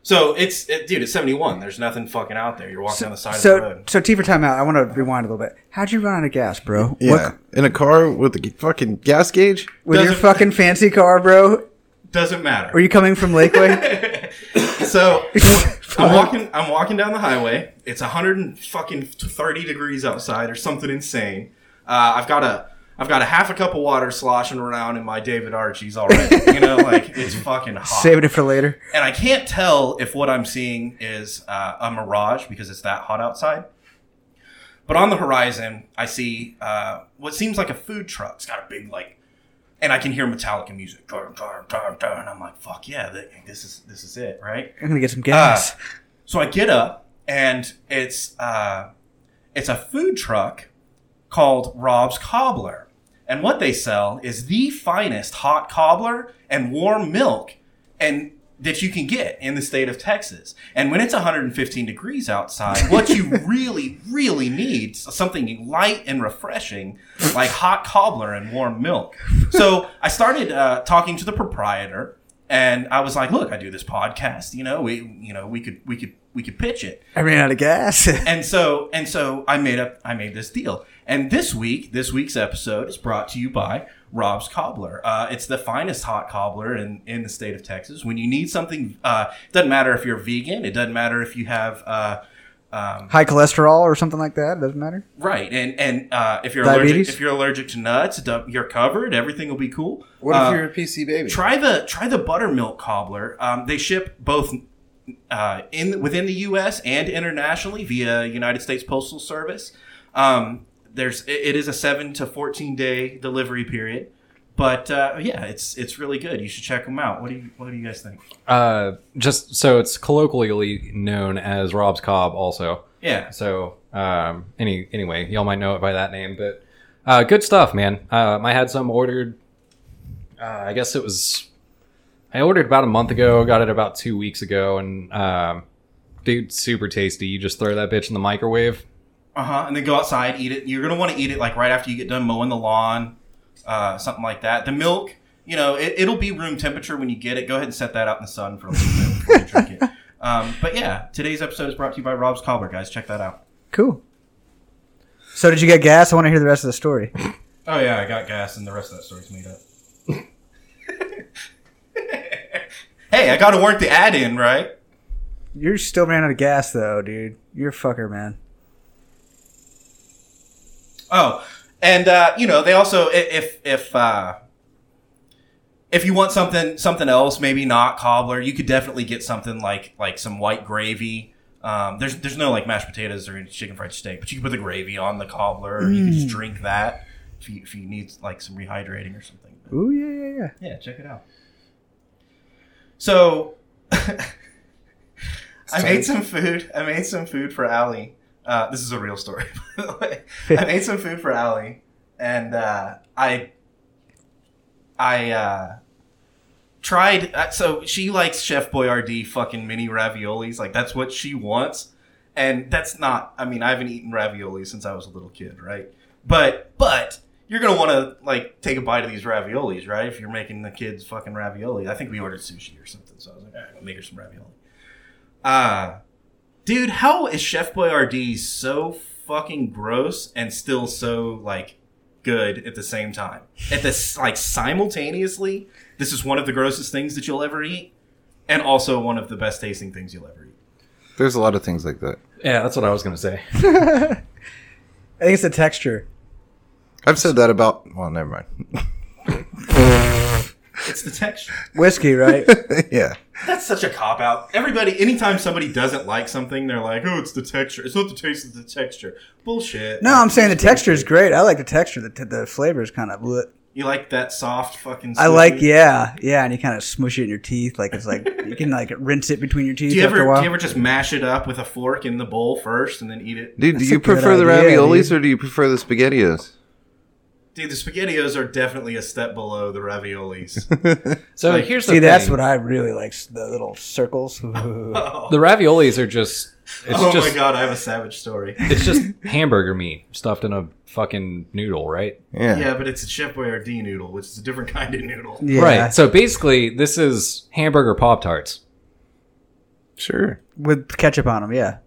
So it's, it, dude, it's 71. There's nothing fucking out there. You're walking down the side of the
So,
road.
so T for timeout. I want to rewind a little bit. How'd you run out of gas, bro?
Yeah,
What-
in a car with a g- fucking gas gauge.
with your
Doesn't-
fucking fancy car, bro?
Doesn't matter.
Were you coming from Lakeway?
So I'm walking. I'm walking down the highway. It's 100 and fucking 30 degrees outside, or something insane. Uh, I've got a. I've got a half a cup of water sloshing around in my David Archie's already. You know, like it's fucking hot.
Saving it for later.
And I can't tell if what I'm seeing is uh, a mirage because it's that hot outside. But on the horizon, I see uh, what seems like a food truck. It's got a big like, and I can hear Metallica music. Dar, dar, dar, dar. And I'm like, fuck yeah, th- this is this is it, right?
I'm gonna get some gas.
So I get up, and it's uh, it's a food truck called Rob's Cobbler, and what they sell is the finest hot cobbler and warm milk, and that you can get in the state of Texas. And when it's 115 degrees outside, what you really, really need is something light and refreshing, like hot cobbler and warm milk. So I started uh, talking to the proprietor, and I was like, "Look, I do this podcast. You know, we, you know, we could, we could, we could pitch it."
I ran out of gas.
And so, and so, I made up, I made this deal. And this week, this week's episode is brought to you by Rob's Cobbler. Uh, it's the finest hot cobbler in in the state of Texas. When you need something, uh, it doesn't matter if you're vegan. It doesn't matter if you have. Uh, um,
High cholesterol or something like that. Doesn't matter.
right, and and uh, if you're
Diabetes?
allergic, if you're allergic to nuts, it don't- you're covered. Everything will be cool.
What
Uh,
if you're a PC baby?
Try the try the buttermilk cobbler. Um, they ship both uh, in within the U.S. and internationally via United States Postal Service. Um, there's it- it is a seven to fourteen day delivery period, but uh, yeah, it's it's really good. You should check them out. What do you what do you guys think?
Uh, just so it's colloquially known as Rob's Cob, also.
Yeah,
So, um, any anyway, y'all might know it by that name, but uh, good stuff, man. Um, I had some ordered. Uh, I guess it was. I ordered about a month ago. Got it about two weeks ago, and um, dude, super tasty. You just throw that bitch in the microwave.
uh huh. And then go outside, eat it. You're gonna want to eat it like right after you get done mowing the lawn, uh, something like that. The milk you know, it, it'll be room temperature when you get it. Go ahead and set that out in the sun for a little bit before you drink it. Um, but yeah, today's episode is brought to you by Rob's Cobbler, guys. Check that out.
Cool. So did you get gas? I want to hear the rest of the story.
Oh yeah, I got gas, and the rest of that story's made up. hey, I got to work the ad in, right?
You're still ran out of gas though, dude. You're a fucker, man.
Oh, and uh, you know they also i- if if uh, if you want something something else, maybe not cobbler, you could definitely get something like like some white gravy. Um, there's there's no like mashed potatoes or any chicken fried steak, but you can put the gravy on the cobbler, or you can just drink that if you if you need like some rehydrating or something.
Ooh yeah yeah yeah.
Yeah, check it out. So I made some food. I made some food for Allie. Uh, this is a real story, by the way. I made some food for Allie, and uh, I, I uh, tried. Uh, so she likes Chef Boyardee fucking mini raviolis. Like that's what she wants, and that's not. I mean, I haven't eaten ravioli since I was a little kid, right? But but you're gonna want to like take a bite of these raviolis, right? If you're making the kids fucking ravioli, I think we ordered sushi or something. So I was like, all right, I'll make her some ravioli. Uh dude, how is Chef Boyardee so fucking gross and still so like good at the same time? At this like simultaneously, this is one of the grossest things that you'll ever eat, and also one of the best tasting things you'll ever eat.
There's a lot of things like that.
Yeah, that's what I was gonna say.
I think it's the texture.
I've said that about. Well, never mind.
It's the texture.
Whiskey, right?
yeah.
That's such a cop out. Everybody, anytime somebody doesn't like something, they're like, "Oh, it's the texture. It's not the taste; it's the texture." Bullshit.
no, I'm saying the texture is great. I like the texture. The, t- the flavor is kind of. Bleh.
You like that soft fucking?
I like
smoothie?
yeah yeah, and you kind of smush it in your teeth. Like it's like you can like rinse it between your teeth
Do you
after
ever
a while.
do you ever just mash it up with a fork in the bowl first and then eat it?
Dude,
That's
do you
a good
prefer the
idea,
raviolis or
dude.
do you prefer the spaghettios?
Dude, the spaghettios are definitely a step below the raviolis.
So here's the
See,
thing.
that's what I really like. s- The little circles.
oh
the raviolis are just. It's
oh
just
my god, I have a savage story.
it's just hamburger meat stuffed in a fucking noodle, right?
Yeah.
Yeah, but it's a Chef Boyardee noodle, which is a different kind of noodle.
yeah.
Right. So basically, this is hamburger pop tarts.
Sure.
With ketchup on them, yeah,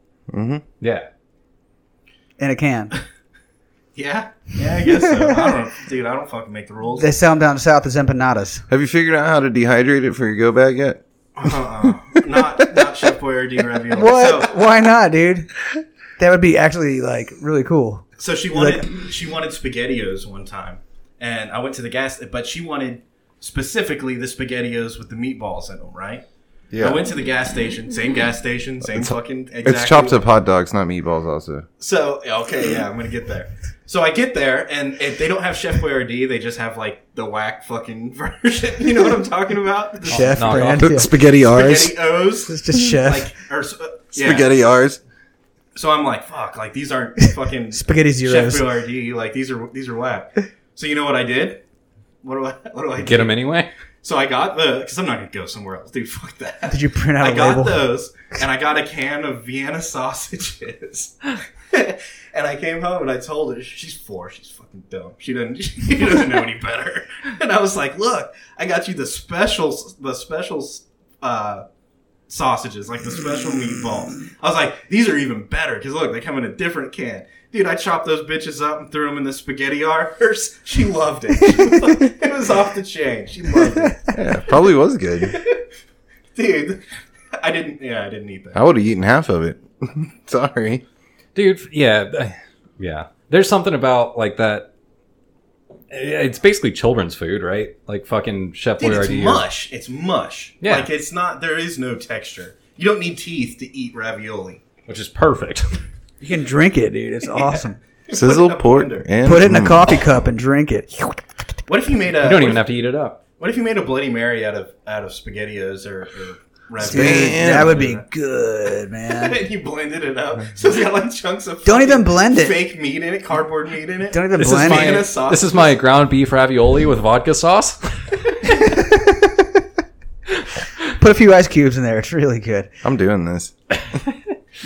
Yeah.
in a can.
Yeah, yeah, I guess so. I don't, dude, I don't fucking make the rules.
They sell them down south as empanadas.
Have you figured out how to dehydrate it for your go bag yet?
Uh-uh. Not not Chef Boyardee ravioli.
What?
So,
Why not, dude? That would be actually like really cool.
so she wanted she wanted spaghettios one time, and I went to the gas, but she wanted specifically the spaghettios with the meatballs in them, right? I went to the gas station, same gas station, same fucking. Exactly
It's chopped up hot dogs, not meatballs. Also,
So okay, yeah, I'm gonna get there. So I get there, and if they don't have Chef Boyardee, they just have like the whack fucking version. You know what I'm talking about? The
Chef
knock
brand.
off
yeah.
spaghetti R's,
spaghetti O's,
It's just chef.
like or sp- yeah.
spaghetti R's.
So I'm like, fuck, like these aren't fucking
Spaghetti
Chef
zeros.
Boyardee. Like these are these are whack. So you know what I did? What do I what do I
Get
do?
them anyway.
So I got the because I'm not gonna go somewhere else, dude. Fuck that.
Did you print out
I
a
got
label?
those, and I got a can of Vienna sausages. and I came home and I told her she's four. She's fucking dumb. She doesn't. She doesn't know any better. And I was like, "Look, I got you the special, the special uh, sausages, like the special meatballs." I was like, "These are even better because look, they come in a different can." Dude, I chopped those bitches up and threw them in the spaghetti R's. She loved it. it was off the chain. She loved it,
Yeah, probably was good.
dude. I didn't. Yeah, I didn't eat that.
I would have eaten half of it. Sorry.
dude f- yeah th- yeah there's something about like that it's basically children's food right like fucking chef
Dude, it's
boyardee or-
mush. It's mush.
Yeah.
Like it's not. There is no texture. You don't need teeth to eat ravioli.
which is perfect
You can drink it, dude. It's awesome.
Sizzle
up
pork
under.
and
Put it in a
Mm.
coffee cup and drink it.
What if you made a?
you don't even have to eat it up
What if you made a Bloody Mary out of out of spaghettios or, or
Dude,
ravioli?
Damn.
that would be good, man.
And you blended it up, so it's got like chunks of
Don't
fucking
even blend it.
Fake meat in it, cardboard meat in it.
Don't even
this is,
blend
my,
Vienna
it.
sausages.
this is my ground beef ravioli with vodka sauce
Put a few ice cubes in there. It's really good.
I'm doing this.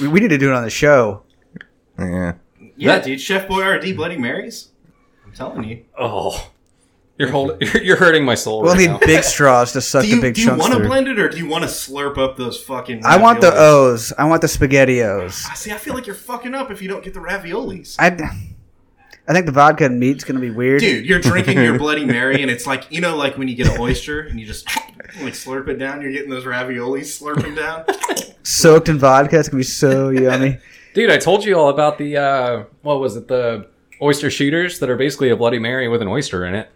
We, we need to do it on the show.
Yeah.
yeah,
that-
dude, Chef Boyardee Bloody Marys. I'm telling you,
oh You're holding. You're, you're hurting my soul.
We'll
right
need
now.
big straws to suck
Do you,
the big
do you
chunks
want to
through.
blend it or do you want to slurp up those fucking?
I want the uh,
raviolis?
O's. I want the SpaghettiOs.
I see. I feel like you're fucking up if you don't get the raviolis.
I, I think the vodka and meat's gonna be weird.
Dude, you're drinking your Bloody Mary, and it's like you know, like when you get an oyster and you just like slurp it down. You're getting those raviolis slurping down.
Soaked in vodka, it's gonna be so yummy.
dude. I told you all about the uh, what was it? The oyster shooters that are basically a Bloody Mary with an oyster in it.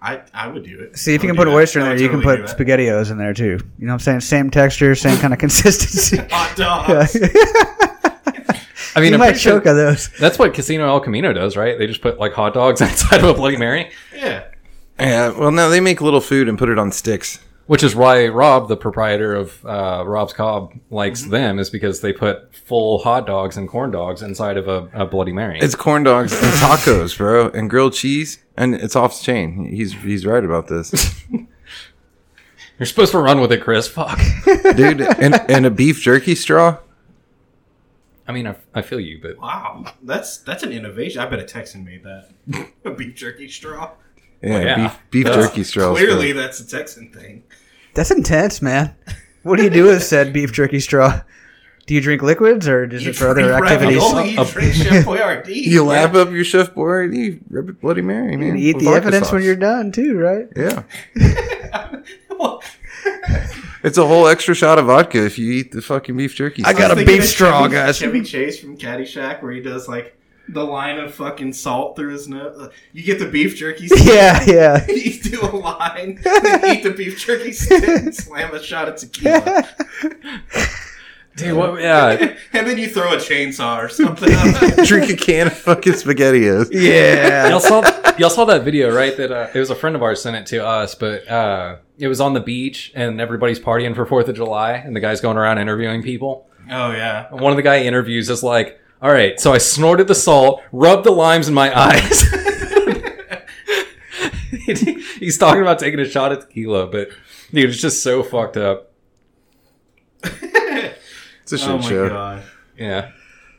I I would do it.
See if
I
you can put
would do
an
that.
oyster in
I
there,
would
you can
totally
put
do that.
SpaghettiOs in there too. You know what I'm saying? Same texture, same kind of consistency.
hot dogs.
I mean,
you
I'm
might
pretty sure
choke on those.
that's what Casino El Camino does, right? They just put like hot dogs inside of a Bloody Mary,
yeah.
Yeah, well, no, they make little food and put it on sticks.
which is why Rob, the proprietor of uh, Rob's Cobb, likes them, is because they put full hot dogs and corn dogs inside of a, a Bloody Mary.
It's corn dogs and tacos, bro, and grilled cheese, and it's off the chain. He's he's right about this,
You're supposed to run with it, Chris. Fuck.
dude. And, and a beef jerky straw.
I mean, I, I feel you, but
Wow, that's that's an innovation. I bet a Texan made that. a beef jerky straw.
Yeah,
yeah.
beef beef
That's
jerky straws. bro.
Clearly, that's a Texan thing.
That's intense, man. What do you do with said beef jerky straw? Do you drink liquids or is
You
it for other
drink
activities?
ravioli, you
A-
drink Chef Boyardee.
You lap up your chef board, you rub it Bloody Mary,
You
man.
eat
with
the
vodka
evidence when
sauce.
you're done too, right?
Yeah,
Well,
it's a whole extra shot of vodka if you eat the fucking beef jerky.
I
straw.
got
I was
a
thinking
beef
of
straw,
Chevy-
guys.
Chevy Chase from Caddyshack, where he does like the line of fucking salt through his nose. You get the beef jerky. Stick,
Yeah, yeah.
You do a line, then eat the beef jerky stick, and slam a shot of tequila,
dude, what? Yeah,
and then you throw a chainsaw or something. I
drink a can of fucking spaghettios.
Yeah.
y'all saw y'all saw that video, right? That uh, it was a friend of ours sent it to us, but uh, it was on the beach and everybody's partying for Fourth of July, and the guy's going around interviewing people.
Oh yeah.
And one of the guy he interviews is like, "All right, so I snorted the salt, rubbed the limes in my eyes." He's talking about taking a shot at tequila, but dude, it's just so fucked up.
It's a shit
Oh my
show.
god.
Yeah,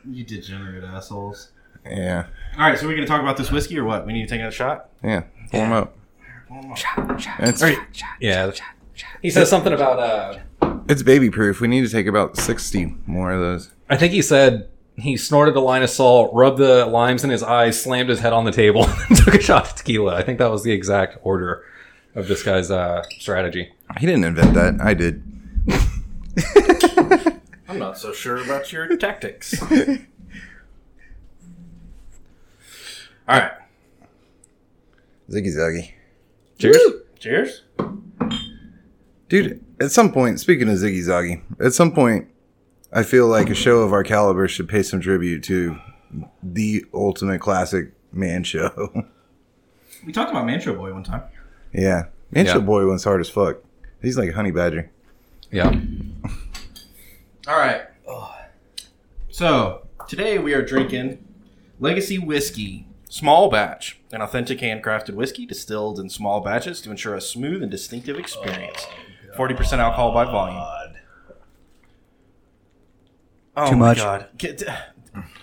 You degenerate assholes.
Yeah,
All right, so we're gonna talk about this whiskey or what? We need to take another shot.
yeah. Warm up. It's,
yeah. He says something about. Uh,
it's baby proof. We need to take about sixty more of those.
I think he said he snorted a line of salt, rubbed the limes in his eyes, slammed his head on the table, and took a shot of tequila. I think that was the exact order of this guy's uh, strategy.
He didn't invent that. I did.
I'm not so sure about your tactics.
All right,
Ziggy Zaggy.
Cheers.
cheers.
Dude, at some point, speaking of Ziggy Zaggy, at some point, I feel like a show of our caliber should pay some tribute to the ultimate classic man show.
We talked about Mantra Boy one time.
yeah. Man
Yeah.
show boy was hard as fuck. He's like a honey badger.
Yeah.
All right. So today we are drinking Legacy Whiskey, small batch, an authentic handcrafted whiskey distilled in small batches to ensure a smooth and distinctive experience.
Oh,
Forty percent alcohol by volume. Oh
Too
my
much.
God. Get-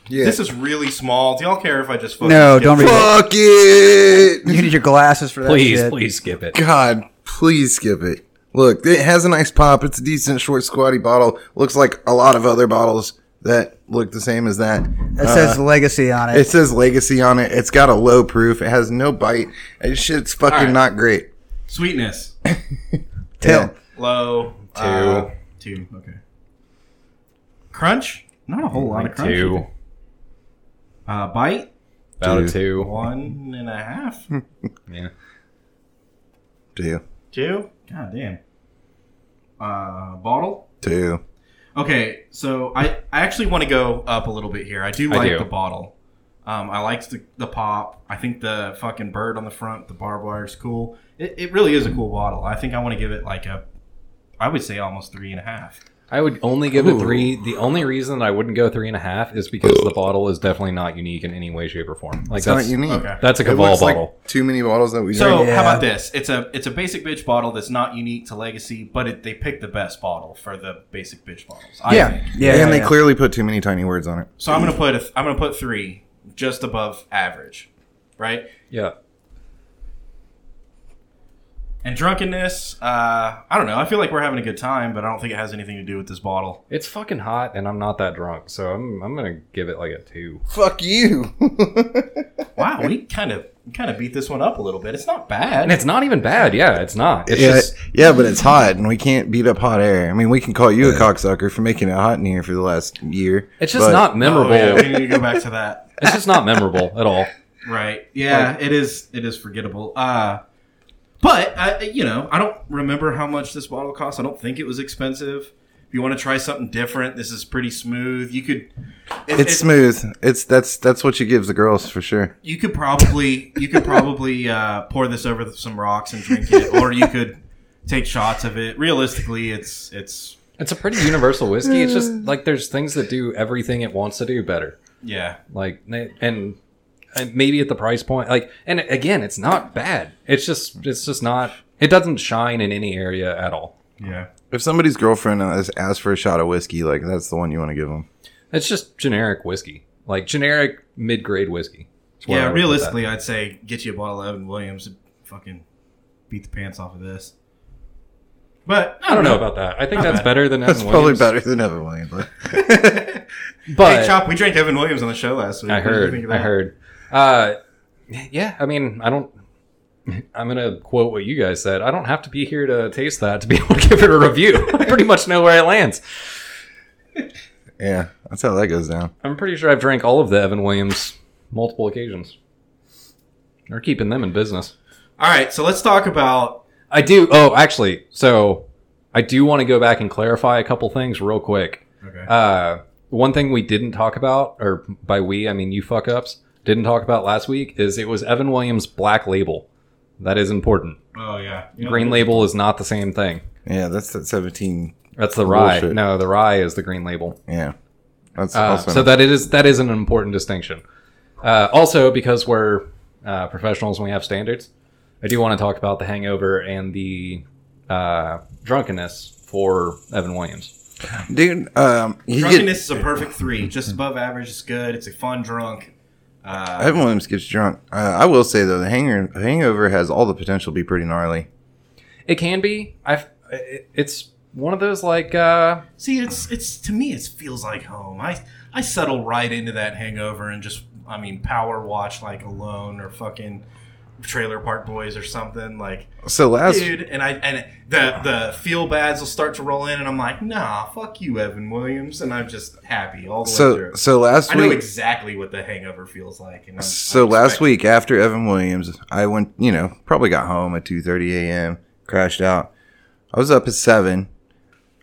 Yeah.
This is really small. Do y'all care if I just fucking
No,
skip
don't read it.
fuck it!
You need your glasses for that.
Please,
shit.
please skip it.
God, please skip it. Look, it has a nice pop. It's a decent, short, squatty bottle. Looks like a lot of other bottles that look the same as that.
It
Uh,
says legacy on it.
It says legacy on it. It's got a low proof. It has no bite. It's shit's fucking
All right.
not great.
Sweetness
Yeah.
Tell.
low two uh, two okay. Crunch, not a whole lot of crunch.
Two.
Uh, bite
About
Two.
a two.
one and a half.
Yeah.
Two.
Two? God damn. Uh, bottle?
Two.
Okay, so I, I actually want to go up a little bit here. I do
I
like
do.
the bottle. Um, I liked the, the pop. I think the fucking bird on the front, the barbed wire is cool. It, it really is a cool bottle. I think I want to give it like a, I would say almost three and a half.
I would only give it three. The only reason I wouldn't go three and a half is because the bottle is definitely not unique in any way, shape, or form. Like
It's not
that's
unique.
Okay.
that's a
It
Cabal
looks like
bottle.
too many bottles that we
So
drink.
Yeah.
how about this? It's a it's a basic bitch bottle that's not unique to Legacy, but it, they picked the best bottle for the basic bitch bottles. I
Yeah.
think.
Yeah,
and
yeah,
they
yeah.
clearly put too many tiny words on it.
So I'm gonna put a, I'm gonna put three, just above average, right?
yeah.
And drunkenness, uh, I don't know. I feel like we're having a good time, but I don't think it has anything to do with this bottle.
It's fucking hot, and I'm not that drunk, so I'm I'm gonna give it like a two.
Fuck you.
Wow, we kind of kind of beat this one up a little bit. It's not
And
bad.
it's not even bad. Yeah, it's not. It's
yeah,
just
yeah, but it's hot, and we can't beat up hot air. I mean, we can call you a cocksucker for making it hot in here for the last year.
it's just
but-
not
Oh,
memorable.
yeah, we need to go back to that.
It's just not memorable at all.
Right. Yeah, it is it is forgettable. Uh but I you know, I don't remember how much this bottle cost. I don't think it was expensive. If you want to try something different, this is pretty smooth. You could it-
It's
it-
smooth. It's that's that's what you give the girls for sure.
You could probably you could probably uh, pour this over some rocks and drink it, or you could take shots of it. Realistically, it's it's
It's a pretty universal whiskey. It's just
Mm.
like there's things that do everything it wants to do better.
yeah.
Like and, and maybe at the price point. Like and again, it's not bad. It's just it's just not. It doesn't shine in any area at all.
Yeah.
If somebody's girlfriend has asked for a shot of whiskey, like that's the one you want to give them.
It's just generic whiskey, like generic mid grade whiskey. That's where I
Yeah,
would put that.
realistically, I'd say get you a bottle of Evan Williams and fucking beat the pants off of this. But
I don't know about that. I think that's better than
That's
Evan
probably
Williams.
better than Evan Williams. but-
But
hey, Chop, we drank Evan Williams on the show last week.
I
What did you
heard.
think of
I
that?
heard. Uh, yeah, I mean, I don't. I'm gonna quote what you guys said. I don't have to be here to taste that to be able to give it a review. I pretty much know where it lands.
yeah, that's how that goes down.
I'm pretty sure I've drank all of the Evan Williams multiple occasions. They're keeping them in business.
All right, so let's talk about.
I do. Oh, actually, so I do want to go back and clarify a couple things real quick.
Okay.
Uh, one thing we didn't talk about, or by we, I mean you fuck ups, didn't talk about last week is it was Evan Williams Black Label. That is important.
oh yeah, You know,
Green Label is not the same thing.
Yeah, that's that seventeen.
That's the rye.
Bullshit.
No, the rye is the Green Label.
Yeah, that's
Uh,
also
so that it is that is an important distinction. Uh, also, because we're uh, professionals and we have standards, I do want to talk about the hangover and the uh, drunkenness for Evan Williams.
dude. Um, you get,
Drunkenness is a perfect three, just above average. It's good. It's a fun drunk. Uh,
Evan Williams gets drunk. Uh, I will say though, the hanger, hangover has all the potential to be pretty gnarly.
It can be. I've. It, it's one of those like. Uh,
see, it's it's to me, it feels like home. I I settle right into that hangover and just, I mean, power watch like Alone or fucking Trailer Park Boys or something like.
So last
dude. And I and the the feel bads will start to roll in, and I'm like, nah, fuck you, Evan Williams, and I'm just happy all the way
so
through.
so last
I know
week.
exactly what the hangover feels like. And I'm,
So
I'm
last
expecting-
week after Evan Williams, I went, you know, probably got home at 2:30 a.m., crashed out. I was up at 7.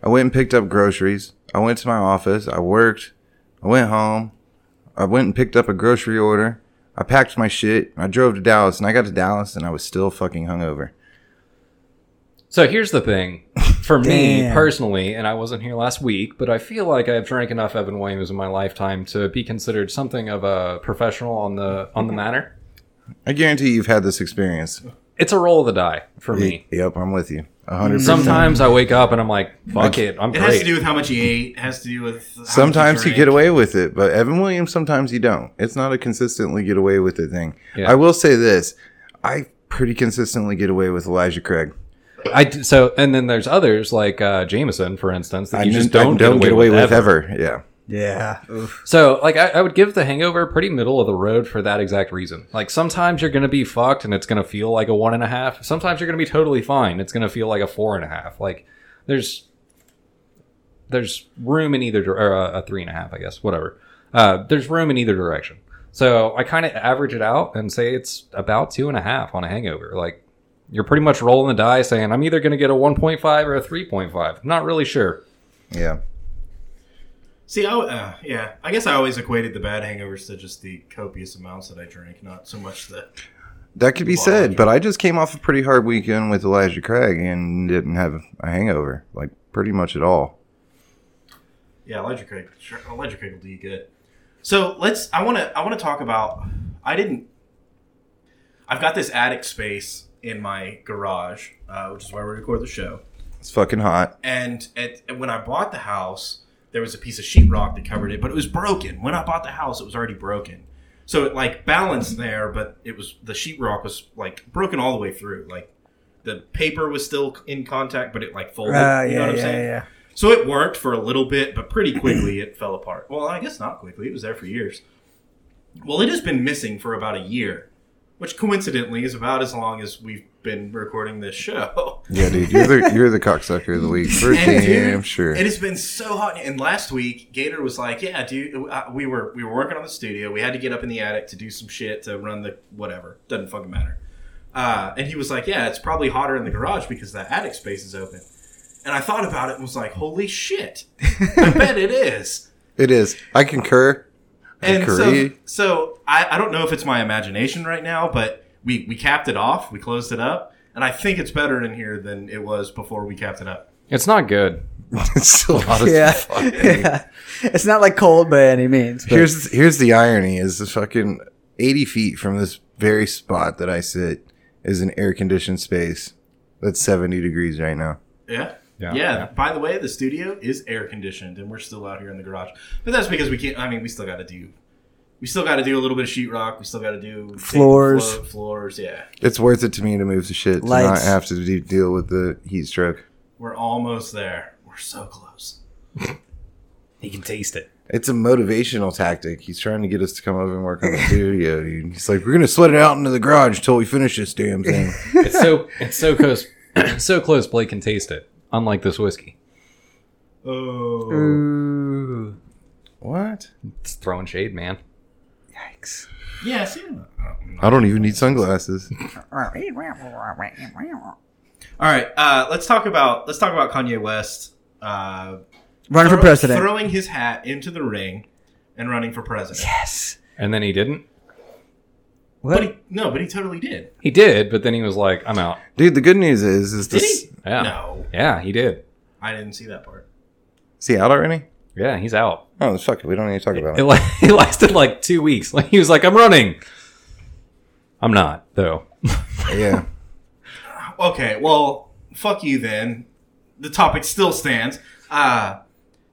I went and picked up groceries. I went to my office, I worked, I went home. I went and picked up a grocery order. I packed my shit. I drove to Dallas and I got to Dallas and I was still fucking hungover.
So here's the thing for me
Damn.
personally, and I wasn't here last week, but I feel like I've drank enough Evan Williams in my lifetime to be considered something of a professional on the on the matter.
I guarantee you've had this experience.
It's a roll of the die for me.
Yep, I'm with you. 100%.
Sometimes I wake up and I'm like, fuck it, I'm
It has to
great.
do with how much you ate. It has to do with. how much
Sometimes you
drank.
get away with it, but Evan Williams, sometimes you don't. It's not a consistently get away with it thing.
Yeah.
I will say this I pretty consistently get away with Elijah Craig.
I d- so, and then there's others like uh, Jameson, for instance, that
I
you just don't,
don't
get away with, ever.
ever. Yeah.
Yeah.
So, like, I, I would give the hangover pretty middle of the road for that exact reason. Like, sometimes you're going to be fucked and it's going to feel like a one and a half. Sometimes you're going to be totally fine. It's going to feel like a four and a half. Like, there's there's room in either dir- or a, a three and a half, I guess, whatever. Uh, there's room in either direction. So I kind of average it out and say it's about two and a half on a hangover. Like, you're pretty much rolling the die, saying I'm either going to get a 1.5 or a 3.5. Not really sure.
Yeah.
See, I, uh, yeah, I guess I always equated the bad hangovers to just the copious amounts that I drank, not so much the.
That could be said, but I just came off a pretty hard weekend with Elijah Craig and didn't have a hangover, like pretty much at all.
Yeah, Ledger Craig. Sure, Ledger Craig will do you good. So let's. I want to. I want to talk about. I didn't. I've got this attic space in my garage, uh, which is where we record the show.
It's fucking hot.
And at, when I bought the house, there was a piece of sheetrock that covered it, but it was broken. When I bought the house, it was already broken. So it like balanced there, but it was the sheetrock was like broken all the way through. Like the paper was still in contact, but it like folded.
Ah,
you know
yeah,
what I'm
yeah,
saying?
yeah.
So it worked for a little bit, but pretty quickly it fell apart. Well, I guess not quickly. It was there for years. Well, it has been missing for about a year, which coincidentally is about as long as we've been recording this show.
Yeah, dude, you're the you're the cocksucker of the week for
And, dude,
damn sure.
It has been so hot. And last week, Gator was like, "Yeah, dude, uh, we were we were working on the studio. We had to get up in the attic to do some shit to run the whatever. Doesn't fucking matter." Uh, and he was like, "Yeah, it's probably hotter in the garage because the attic space is open." And I thought about it and was like, "Holy shit! I bet it is."
It is. I concur.
and so,
Curry.
so I, I don't know if it's my imagination right now, but we, we capped it off, we closed it up, and I think it's better in here than it was before we capped it up.
It's not good.
it's still hot as
Yeah.
fuck. dude.
yeah. It's not like cold by any means. but-
Here's here's the irony: is the fucking eighty feet from this very spot that I sit is an air conditioned space that's seventy degrees right now.
Yeah.
Yeah,
Yeah.
yeah.
By the way, the studio is air conditioned, and we're still out here in the garage. But that's because we can't. I mean, we still got to do, we still got to do a little bit of sheetrock. We still got to do
Floors.
flo- floors. Yeah,
It's worth it to me to move the shit to
Lights.
not have to de- deal with the heat stroke.
we're almost there. We're so close.
You can taste it.
It's a motivational tactic. He's trying to get us to come over and work on the studio, dude. He's like, "We're gonna sweat it out into the garage until we finish this damn thing."
It's so it's so close. so close. Blake can taste it. Unlike this whiskey.
Oh,
Ooh.
what?
It's throwing shade, man.
Yikes.
yeah. See, I'm not- I'm not-
I don't even need sunglasses.
all right. Uh, let's talk about let's talk about Kanye West. Uh,
Running for
throw-
president.
Throwing his hat into the ring and running for president.
Yes.
And then he didn't.
But
What?
he, no, but he totally did.
He did, but then he was like, "I'm out."
Dude, the good news is, is
Did
this?
he?
Yeah.
No,
Yeah, he did.
I didn't see that part.
Is he out already?
Yeah, he's out.
Oh, fuck it. We don't need to talk about
It,
it.
la- it lasted like two weeks. Like he was like, "I'm running." I'm not though.
yeah.
Okay, well, fuck you then. The topic still stands. Uh,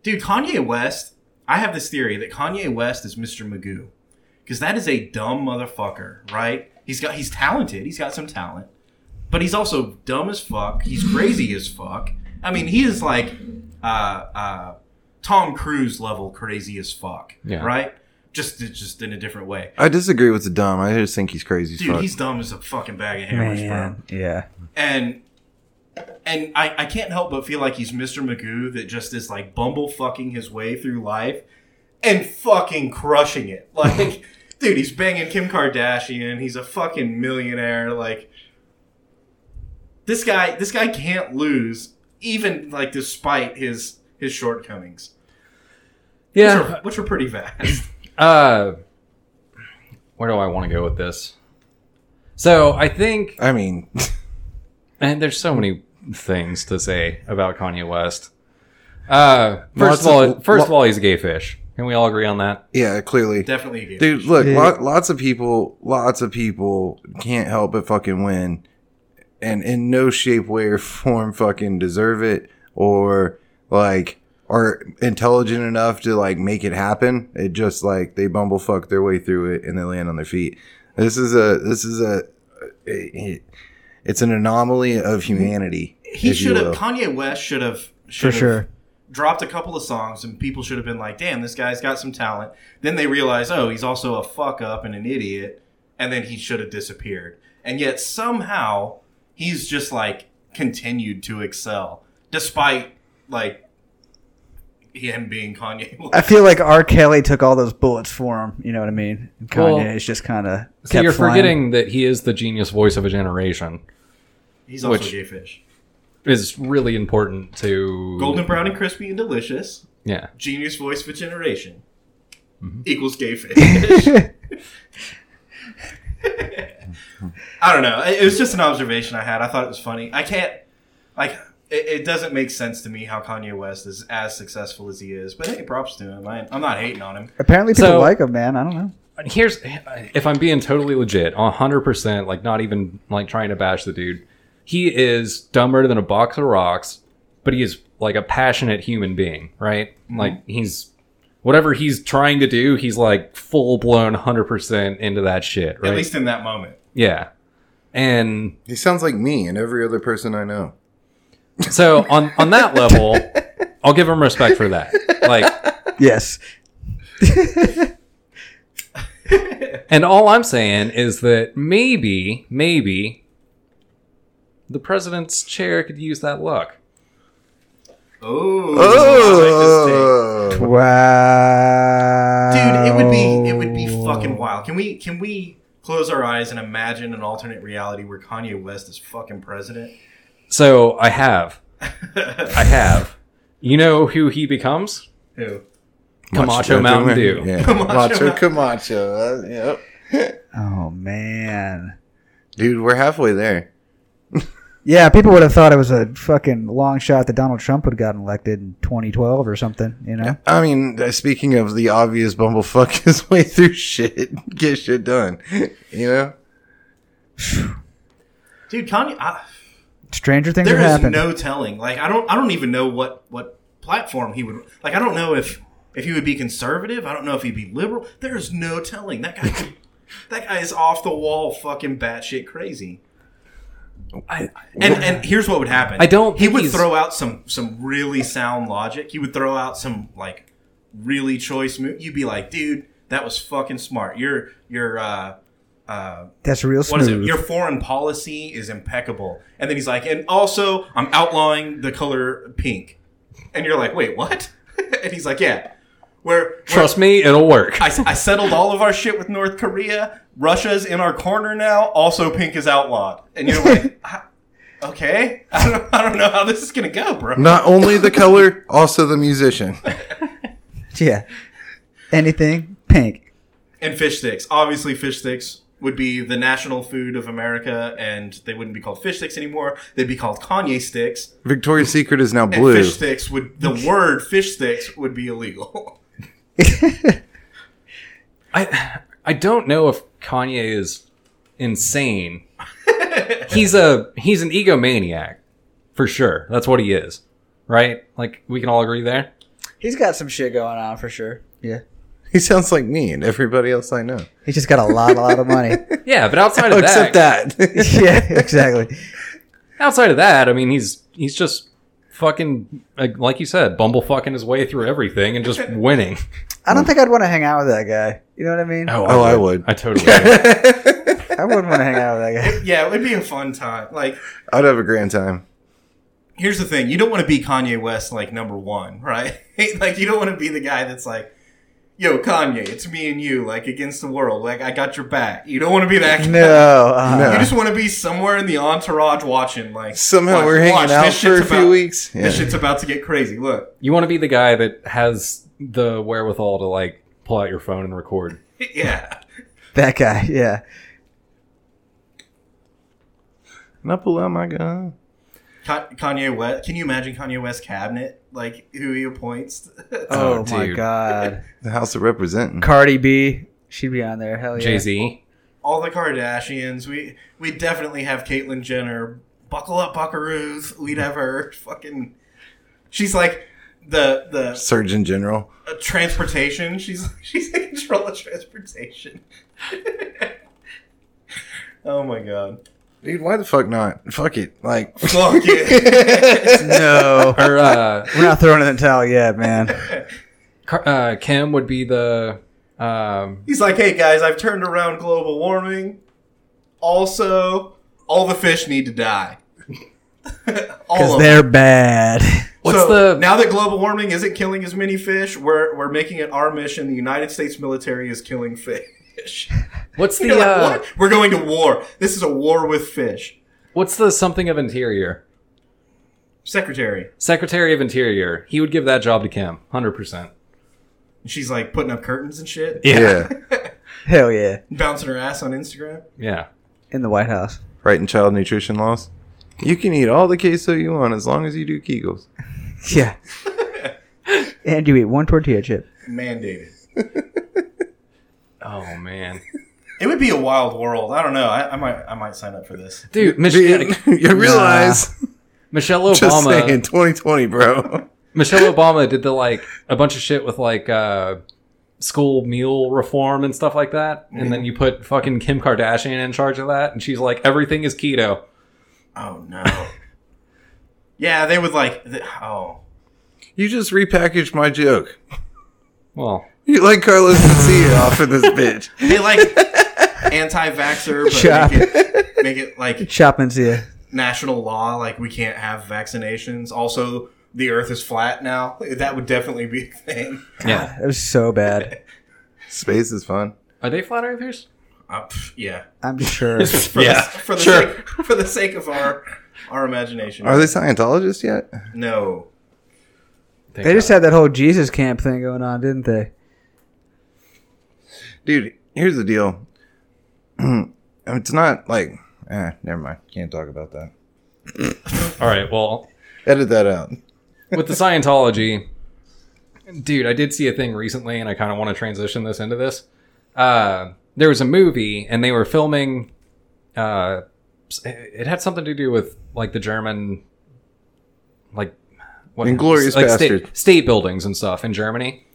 dude, Kanye West. I have this theory that Kanye West is Mr. Magoo because that is a dumb motherfucker, right? He's got he's talented. He's got some talent, but he's also dumb as fuck. He's crazy as fuck. I mean, he is like uh, uh, Tom Cruise level crazy as fuck,
Yeah.
right? Just just in a different way.
I disagree with the dumb. I just think he's crazy as
Dude,
fuck.
he's dumb as a fucking bag of hammers, bro
Man. Yeah.
and and I, I can't help but feel like he's Mr. Magoo that just is like bumble fucking his way through life and fucking crushing it. Like, dude, he's banging Kim Kardashian. He's a fucking millionaire. Like, this guy, this guy can't lose, even like despite his his shortcomings, which, are, which are pretty vast.
Uh, where do I want to go with this? So I think,
I mean,
and there's so many things to say about Kanye West. Uh,
Lots
first of
of-
all, first of all, he's a gay fish. Can we all agree on that?
yeah, clearly.
Definitely, a gay
Dude, look,
Yeah.
lot, lots of people, lots of people can't help but fucking win and in no shape, way, or form fucking deserve it or like are intelligent enough to like make it happen. It just like they bumblefuck their way through it and they land on their feet. This is a, this is a, it- it's an anomaly of humanity.
he
if you
should have
will.
Kanye West should have
For
should have
sure.
dropped a couple of songs and people should have been like, "Damn, this guy's got some talent." Then they realize, "Oh, he's also a fuck up and an idiot," and then he should have disappeared. And yet somehow he's just like continued to excel despite like him being Kanye.
I feel like R. Kelly took all those bullets for him. You know what I mean? And Kanye
Well,
is just kind of.
So you're forgetting that he is the genius voice of a generation.
He's also
Which-
gay fish.
Is really important to
Golden brown and crispy and delicious.
Yeah,
Genius voice of a generation
Mm-hmm.
equals gay fish. I don't know. It it was just an observation I had. I thought it was funny. I can't like it, it doesn't make sense to me how Kanye West is as successful as he is. But hey, props to him. I, I'm not hating on him.
Apparently, people
So-
like him, man. I don't know.
here's if I'm being totally legit, hundred percent, like not even like trying to bash the dude. He is dumber than a box of rocks, but he is like a passionate human being, right?
Mm-hmm.
Like he's whatever he's trying to do, he's like full blown hundred percent into that shit, right?
At least in that moment.
yeah. And
He sounds like me and every other person I know.
so on on that level, I'll give him respect for that. Like
Yes.
And all I'm saying is that maybe, maybe the president's chair could use that luck.
Oh,
Oh,
Wow.
dude, it would be it would be
Oh.
fucking wild. Can we can we close our eyes and imagine an alternate reality where Kanye West is fucking president?
So I have. I have. You know who he becomes?
Who?
Camacho Mountain Dew.
Yeah.
Camacho
Camacho
Mountain-
Camacho. uh, yep.
Oh man.
Dude, we're halfway there.
Yeah, people would have thought it was a fucking long shot that Donald Trump would have gotten elected in 2012 or something. You know.
I mean, uh, speaking of the obvious bumblefuck his way through shit, get shit done. You know?
Dude, Kanye. I,
Stranger things
there
have
is
happened.
no telling. Like I don't I don't even know what what platform he would like. I don't know if if he would be conservative. I don't know if he'd be liberal. There is no telling. That guy. could- That guy is off the wall, fucking batshit crazy.
I,
And and here's what would happen.
I don't
He
think
would
he's-
throw out some some really sound logic. He would throw out some like really choice move. You'd be like, dude, that was fucking smart. Your your uh uh
That's real
what is it?
smooth.
Your foreign policy is impeccable. And then he's like, and also I'm outlawing the color pink. And you're like, wait, what? and he's like, yeah. Where, where
trust me, it'll work.
I, I settled all of our shit with North Korea. Russia's in our corner now. Also, pink is outlawed. And you're like, "Ah, okay, I don't, I don't know how this is gonna go, bro.
Not only the color, also the musician.
Yeah. Anything pink.
And fish sticks. Obviously, fish sticks would be the national food of America, and they wouldn't be called fish sticks anymore. They'd be called Kanye sticks.
Victoria's Secret is now
And
blue.
fish sticks would the word fish sticks would be illegal.
I I don't know if Kanye is insane. he's a he's an egomaniac for sure. That's what he is. Right? Like we can all agree there.
He's got some shit going on for sure.
Yeah.
He sounds like me and everybody else I know.
He's just got a lot, a lot of money.
Yeah, but outside of
Except that.
yeah, exactly.
outside of that, I mean, he's he's just fucking like, like you said, bumblefucking his way through everything and just winning.
I don't think I'd want to hang out with that guy. You know what I mean?
Oh, I would.
I totally. would.
I wouldn't want to hang out with that guy.
yeah, it would be a fun time. Like,
I'd have a grand time.
here's the thing: you don't want to be Kanye West like number one, right? like, you don't want to be the guy that's like. Yo, Kanye, it's me and you, like against the world. Like I got your back. You don't want to be that. guy.
No, uh,
No.
You just want to be somewhere in the entourage watching. Like
Somehow
like,
we're hanging
watch,
out
this
for a
shit's
few
about-
weeks. Yeah.
This shit's about to get crazy. Look,
you want to be the guy that has the wherewithal to like pull out your phone and record.
yeah,
that guy. Yeah,
And I pull out my gun.
Ka- Kanye West. Can you imagine Kanye West cabinet? Like who he appoints?
Oh,
Oh, my
dude.
god.
The House of Representing.
Cardi B, she'd be on there. Hell yeah.
Jay Z.
all the Kardashians. We we definitely have Caitlyn Jenner. Buckle up, Buckaroos. We'd have her fucking. She's like the the
Surgeon General.
uh, transportation. She's she's in control of transportation. oh my god!
Dude, why the fuck not? Fuck it. Like,
Fuck it.
No,
Or uh,
we're not throwing in the towel yet, man.
Car- uh, Kim would be the. Um,
He's like, hey guys, I've turned around global warming. Also, all the fish need to die. all
Because
of them.
they're bad.
what's
so
the
now that global warming isn't killing as many fish, we're we're making it our mission. The United States military is killing fish.
what's the
You're like,
uh,
"What? We're going to war. This is a war with fish.
what's the something of interior
Secretary,
secretary of interior? He would give that job to Kim, hundred percent.
and she's like putting up curtains and shit,
yeah.
Hell yeah,
bouncing her ass on Instagram.
Yeah.
in the White House.
Writing child nutrition laws. You can eat all the queso you want as long as you do Kegels.
Yeah. and you eat one tortilla chip.
Mandated.
Oh man,
It would be a wild world. I don't know. I, I might I might sign up for this.
dude, Mich-
you realize,
Michelle
just
Obama.
saying, 2020, bro.
Michelle Obama did the like a bunch of shit with like uh school meal reform and stuff like that. And then you put fucking Kim Kardashian in charge of that, and she's like, everything is keto.
Oh no. yeah, they would like. th- oh,
You just repackaged my joke.
Well,
You like Carlos Mencia off of this bitch.
they like anti-vaxer, but
Chop.
make it, make it like
Chapman's here.
national law. Like we can't have vaccinations. Also, the Earth is flat now. That would definitely be a thing.
yeah.
It was so bad.
Space is fun.
Are they flat earthers?
Uh, pff, yeah.
I'm sure.
For
Yeah,
The, for the
sure.
Sake, for the sake of our our imagination.
Are they Scientologists yet?
No.
They just had that whole Jesus camp thing going on, didn't they?
Dude, here's the deal. it's not like. Eh, never mind. Can't talk about that.
All right. Well,
Edit that out.
with the Scientology, dude, I did see a thing recently, and I kind of want to transition this into this. Uh, there was a movie, and they were filming. Uh, it had something to do with like the German, like what
Inglourious
state,
Basterds.
state buildings and stuff in Germany,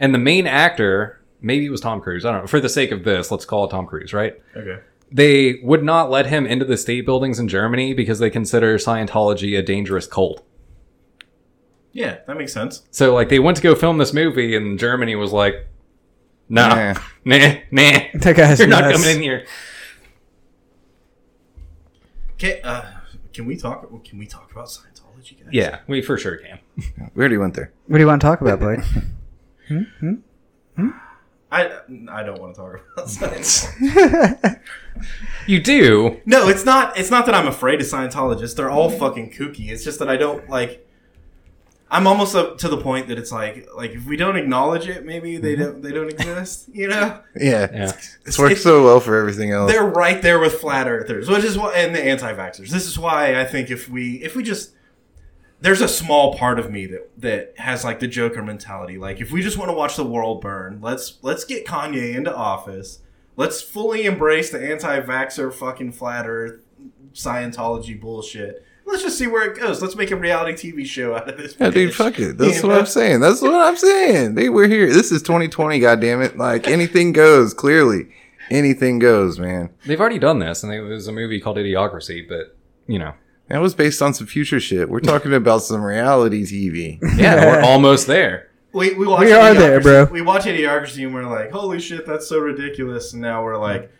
and the main actor, maybe it was Tom Cruise. I don't know. For the sake of this, let's call it Tom Cruise, right?
Okay.
They would not let him into the state buildings in Germany because they consider Scientology a dangerous cult.
Yeah, that makes sense.
So like they went to go film this movie, and Germany was like, "Nah,
Nah.
nah, nah,
That guy's
you're not
nuts.
coming in here."
Can, uh, can we talk? Can we talk about Scientology? Guys?
Yeah, we for sure can.
We already went there.
What do you want to talk about, Blake?
I I don't want to talk about Scientology.
You do.
no, it's not. It's not that I'm afraid of Scientologists. They're all fucking kooky. It's just that I don't like. I'm almost up to the point that it's like like if we don't acknowledge it, maybe they don't they don't exist. You know,
Yeah.
Yeah.
It's worked so well for everything else.
they're right there with flat earthers, which is why and the anti-vaxxers. This is why I think if we if we just there's a small part of me that that has like the Joker mentality. Like if we just want to watch the world burn, let's let's get Kanye into office. Let's fully embrace the anti-vaxxer fucking flat earth Scientology bullshit. Let's just see where it goes. Let's make a reality TV show out of this.
Yeah, dude,
bitch.
fuck it. That's
You
what
know?
I'm saying. That's what I'm saying. Dude, we're here. This is 2020, goddamn it. Like anything goes, clearly. Anything goes, man.
They've already done this, and it was a movie called Idiocracy. But you know,
That was based on some future shit. We're talking about some reality TV.
yeah, we're almost there.
We, we, watch
We are there,
Idiocracy-
bro.
We watch Idiocracy and we're like, holy shit, that's so ridiculous. And now we're like,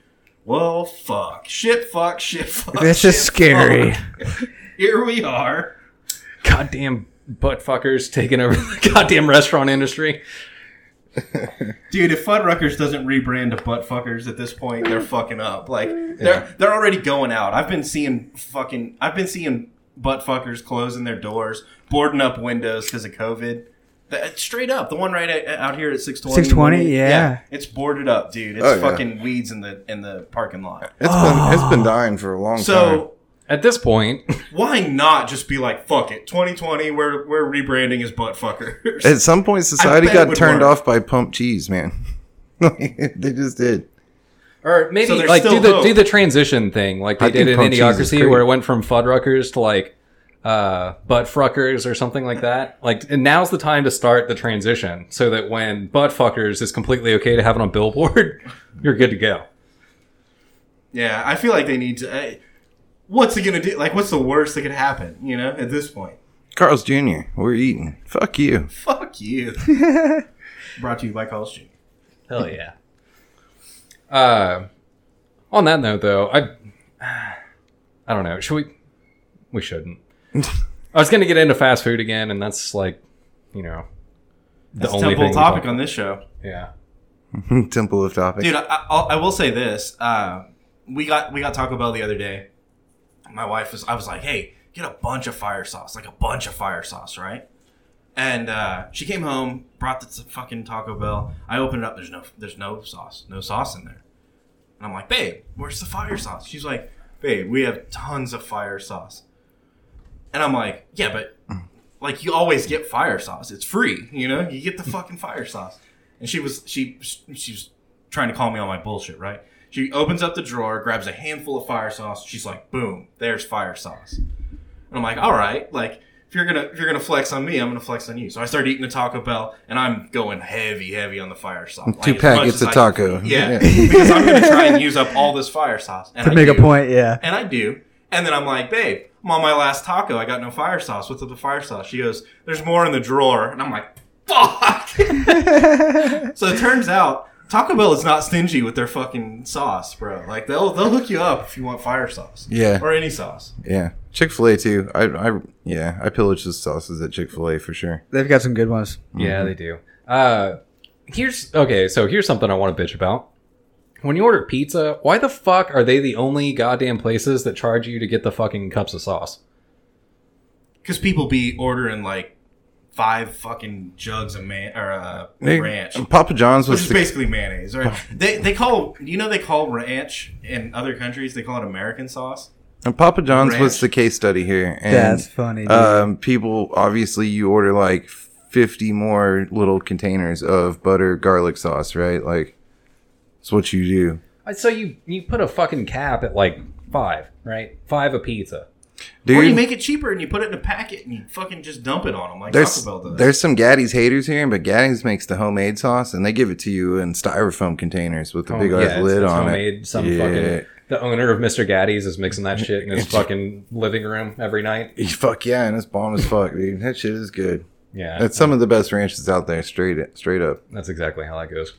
well, fuck. Shit, fuck, shit, fuck.
Oh,
This
shit,
is scary.
fuck. Here we are.
Goddamn butt fuckers taking over the goddamn restaurant industry.
Dude, if Fuddruckers doesn't rebrand to Buttfuckers at this point, they're fucking up. Like, they're, they're already going out. I've been seeing fucking, I've been seeing Buttfuckers closing their doors, boarding up windows because of COVID. That- straight up, the one right out- out here at six twenty.
620, yeah.
it's boarded up, dude. It's
Oh, yeah.
fucking weeds in the in the parking lot.
It's been it's been dying for a long time.
Oh. So
At this point,
why not just be like, fuck it, 2020, we're we're rebranding as butt fuckers.
At some point, society
bet it
got
would
turned
work.
off by pump cheese, man. they just did.
or maybe
So there's
like do
still
the
hope.
do the transition thing, like they
I
did
think
in
Pump Cheese is
Idiocracy,
great.
where it went from Fuddruckers to like uh, butt fuckers or something like that. Like, and now's the time to start the transition, so that when butt fuckers is completely okay to have it on a billboard, you're good to go.
yeah, I feel like they need to. I, what's it gonna do? Like, what's the worst that could happen? You know, at this point,
Carl's Jr., we're eating. Fuck you.
fuck you. Brought to you by Carl's Jr.
Hell yeah. Uh, on that note, though, I I don't know. Should we? We shouldn't. I was going to get into fast food again, and that's like, you know, the
That's a
only
temple
thing. we
topic
talk-
on this show,
yeah.
Temple of Topic.
dude. I, I, I will say this: uh, we got we got Taco Bell the other day. My wife was. I was like, hey, get a bunch of fire sauce, like a bunch of fire sauce, right? And uh, she came home, brought the t- fucking Taco Bell. I opened it up. There's no, there's no sauce, no sauce in there. And I'm like, babe, where's the fire sauce? She's like, babe, we have tons of fire sauce. And I'm like, yeah, but like you always get fire sauce. It's free, you know. You get the fucking fire sauce. And she was she she's trying to call me on my bullshit, right? She opens up the drawer, grabs a handful of fire sauce. She's like, boom, there's fire sauce. And I'm like, all right, like if you're gonna if you're gonna flex on me, I'm gonna flex on you. So I started eating the Taco Bell, and I'm going heavy, heavy on the fire sauce.
Two
as much
packets
as
of
I-
taco.
Yeah, because I'm gonna try and use up all this fire sauce and
to
I
make a
do.
point. Yeah.
And I do. And then I'm like, babe, I'm on my last taco. I got no fire sauce. What's with the fire sauce? She goes, there's more in the drawer. And I'm like, fuck. so it turns out Taco Bell is not stingy with their fucking sauce, bro. Like they'll they'll hook you up if you want fire sauce.
Yeah.
Or any sauce.
Yeah. Chick fil A, too. I, I, yeah, I pillaged the sauces at Chick fil A for sure.
They've got some good ones.
Mm-hmm.
Yeah, they do. Uh, here's okay. So here's something I want to bitch about. When you order pizza, why the fuck are they the only goddamn places that charge you to get the fucking cups of sauce?
Because people be ordering like five fucking jugs of man or uh,
They-
ranch.
Papa John's
Which
was
is
the
basically mayonnaise, right? They they call you know they call ranch in other countries they call it American sauce.
And Papa John's was
Ranch.
the case study here. And,
That's funny, dude.
Um, people, obviously, you order like 50 more little containers of butter, garlic sauce, right? Like, it's what you do.
Uh, So you you put a fucking cap at like five, right? Five a pizza.
Or you
Dude,
make it cheaper and you put it in a packet and you fucking just dump it on them like
there's,
Taco Bell does.
there's some Gaddy's haters here, but Gaddy's makes the homemade sauce and they give it to you in styrofoam containers with the big ass
Oh, it's-
lid
it's
on
homemade.
it.
Some fucking the owner of Mr. Gaddy's is mixing that shit in his fucking living room every night.
fucking. Fuck yeah, and it's bomb as fuck, dude. That shit is good.
Yeah,
That's some of the best ranches out there, straight straight up.
that's exactly how that goes.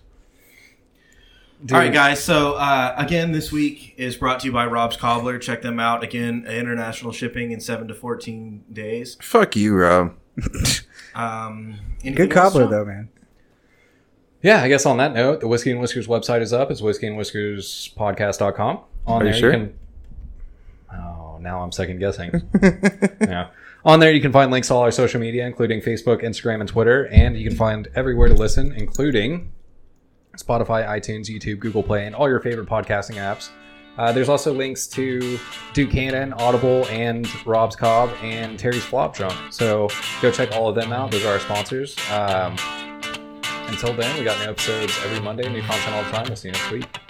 All right, guys. So uh, again, this week is brought to you by Rob's Cobbler. Check them out again. International shipping in seven to fourteen days.
Fuck you, Rob.
Um, anything
Good
else,
cobbler
Sean?
though, man.
Yeah, I guess on that note, the Whiskey and Whiskers website is up. It's whiskeyandwhiskerspodcast.com. On
Are you
there
sure?
you can Oh, now I'm second guessing. yeah. On there you can find links to all our social media, including Facebook, Instagram, and Twitter, and you can find everywhere to listen, including Spotify, iTunes, YouTube, Google Play, and all your favorite podcasting apps. Uh, there's also links to Duquesne, Audible, and Rob's Cobb and Terry's Flop Drum. So go check all of them out. Those are our sponsors. Um, until then, we got new episodes every Monday, new content all the time. We'll see you next week.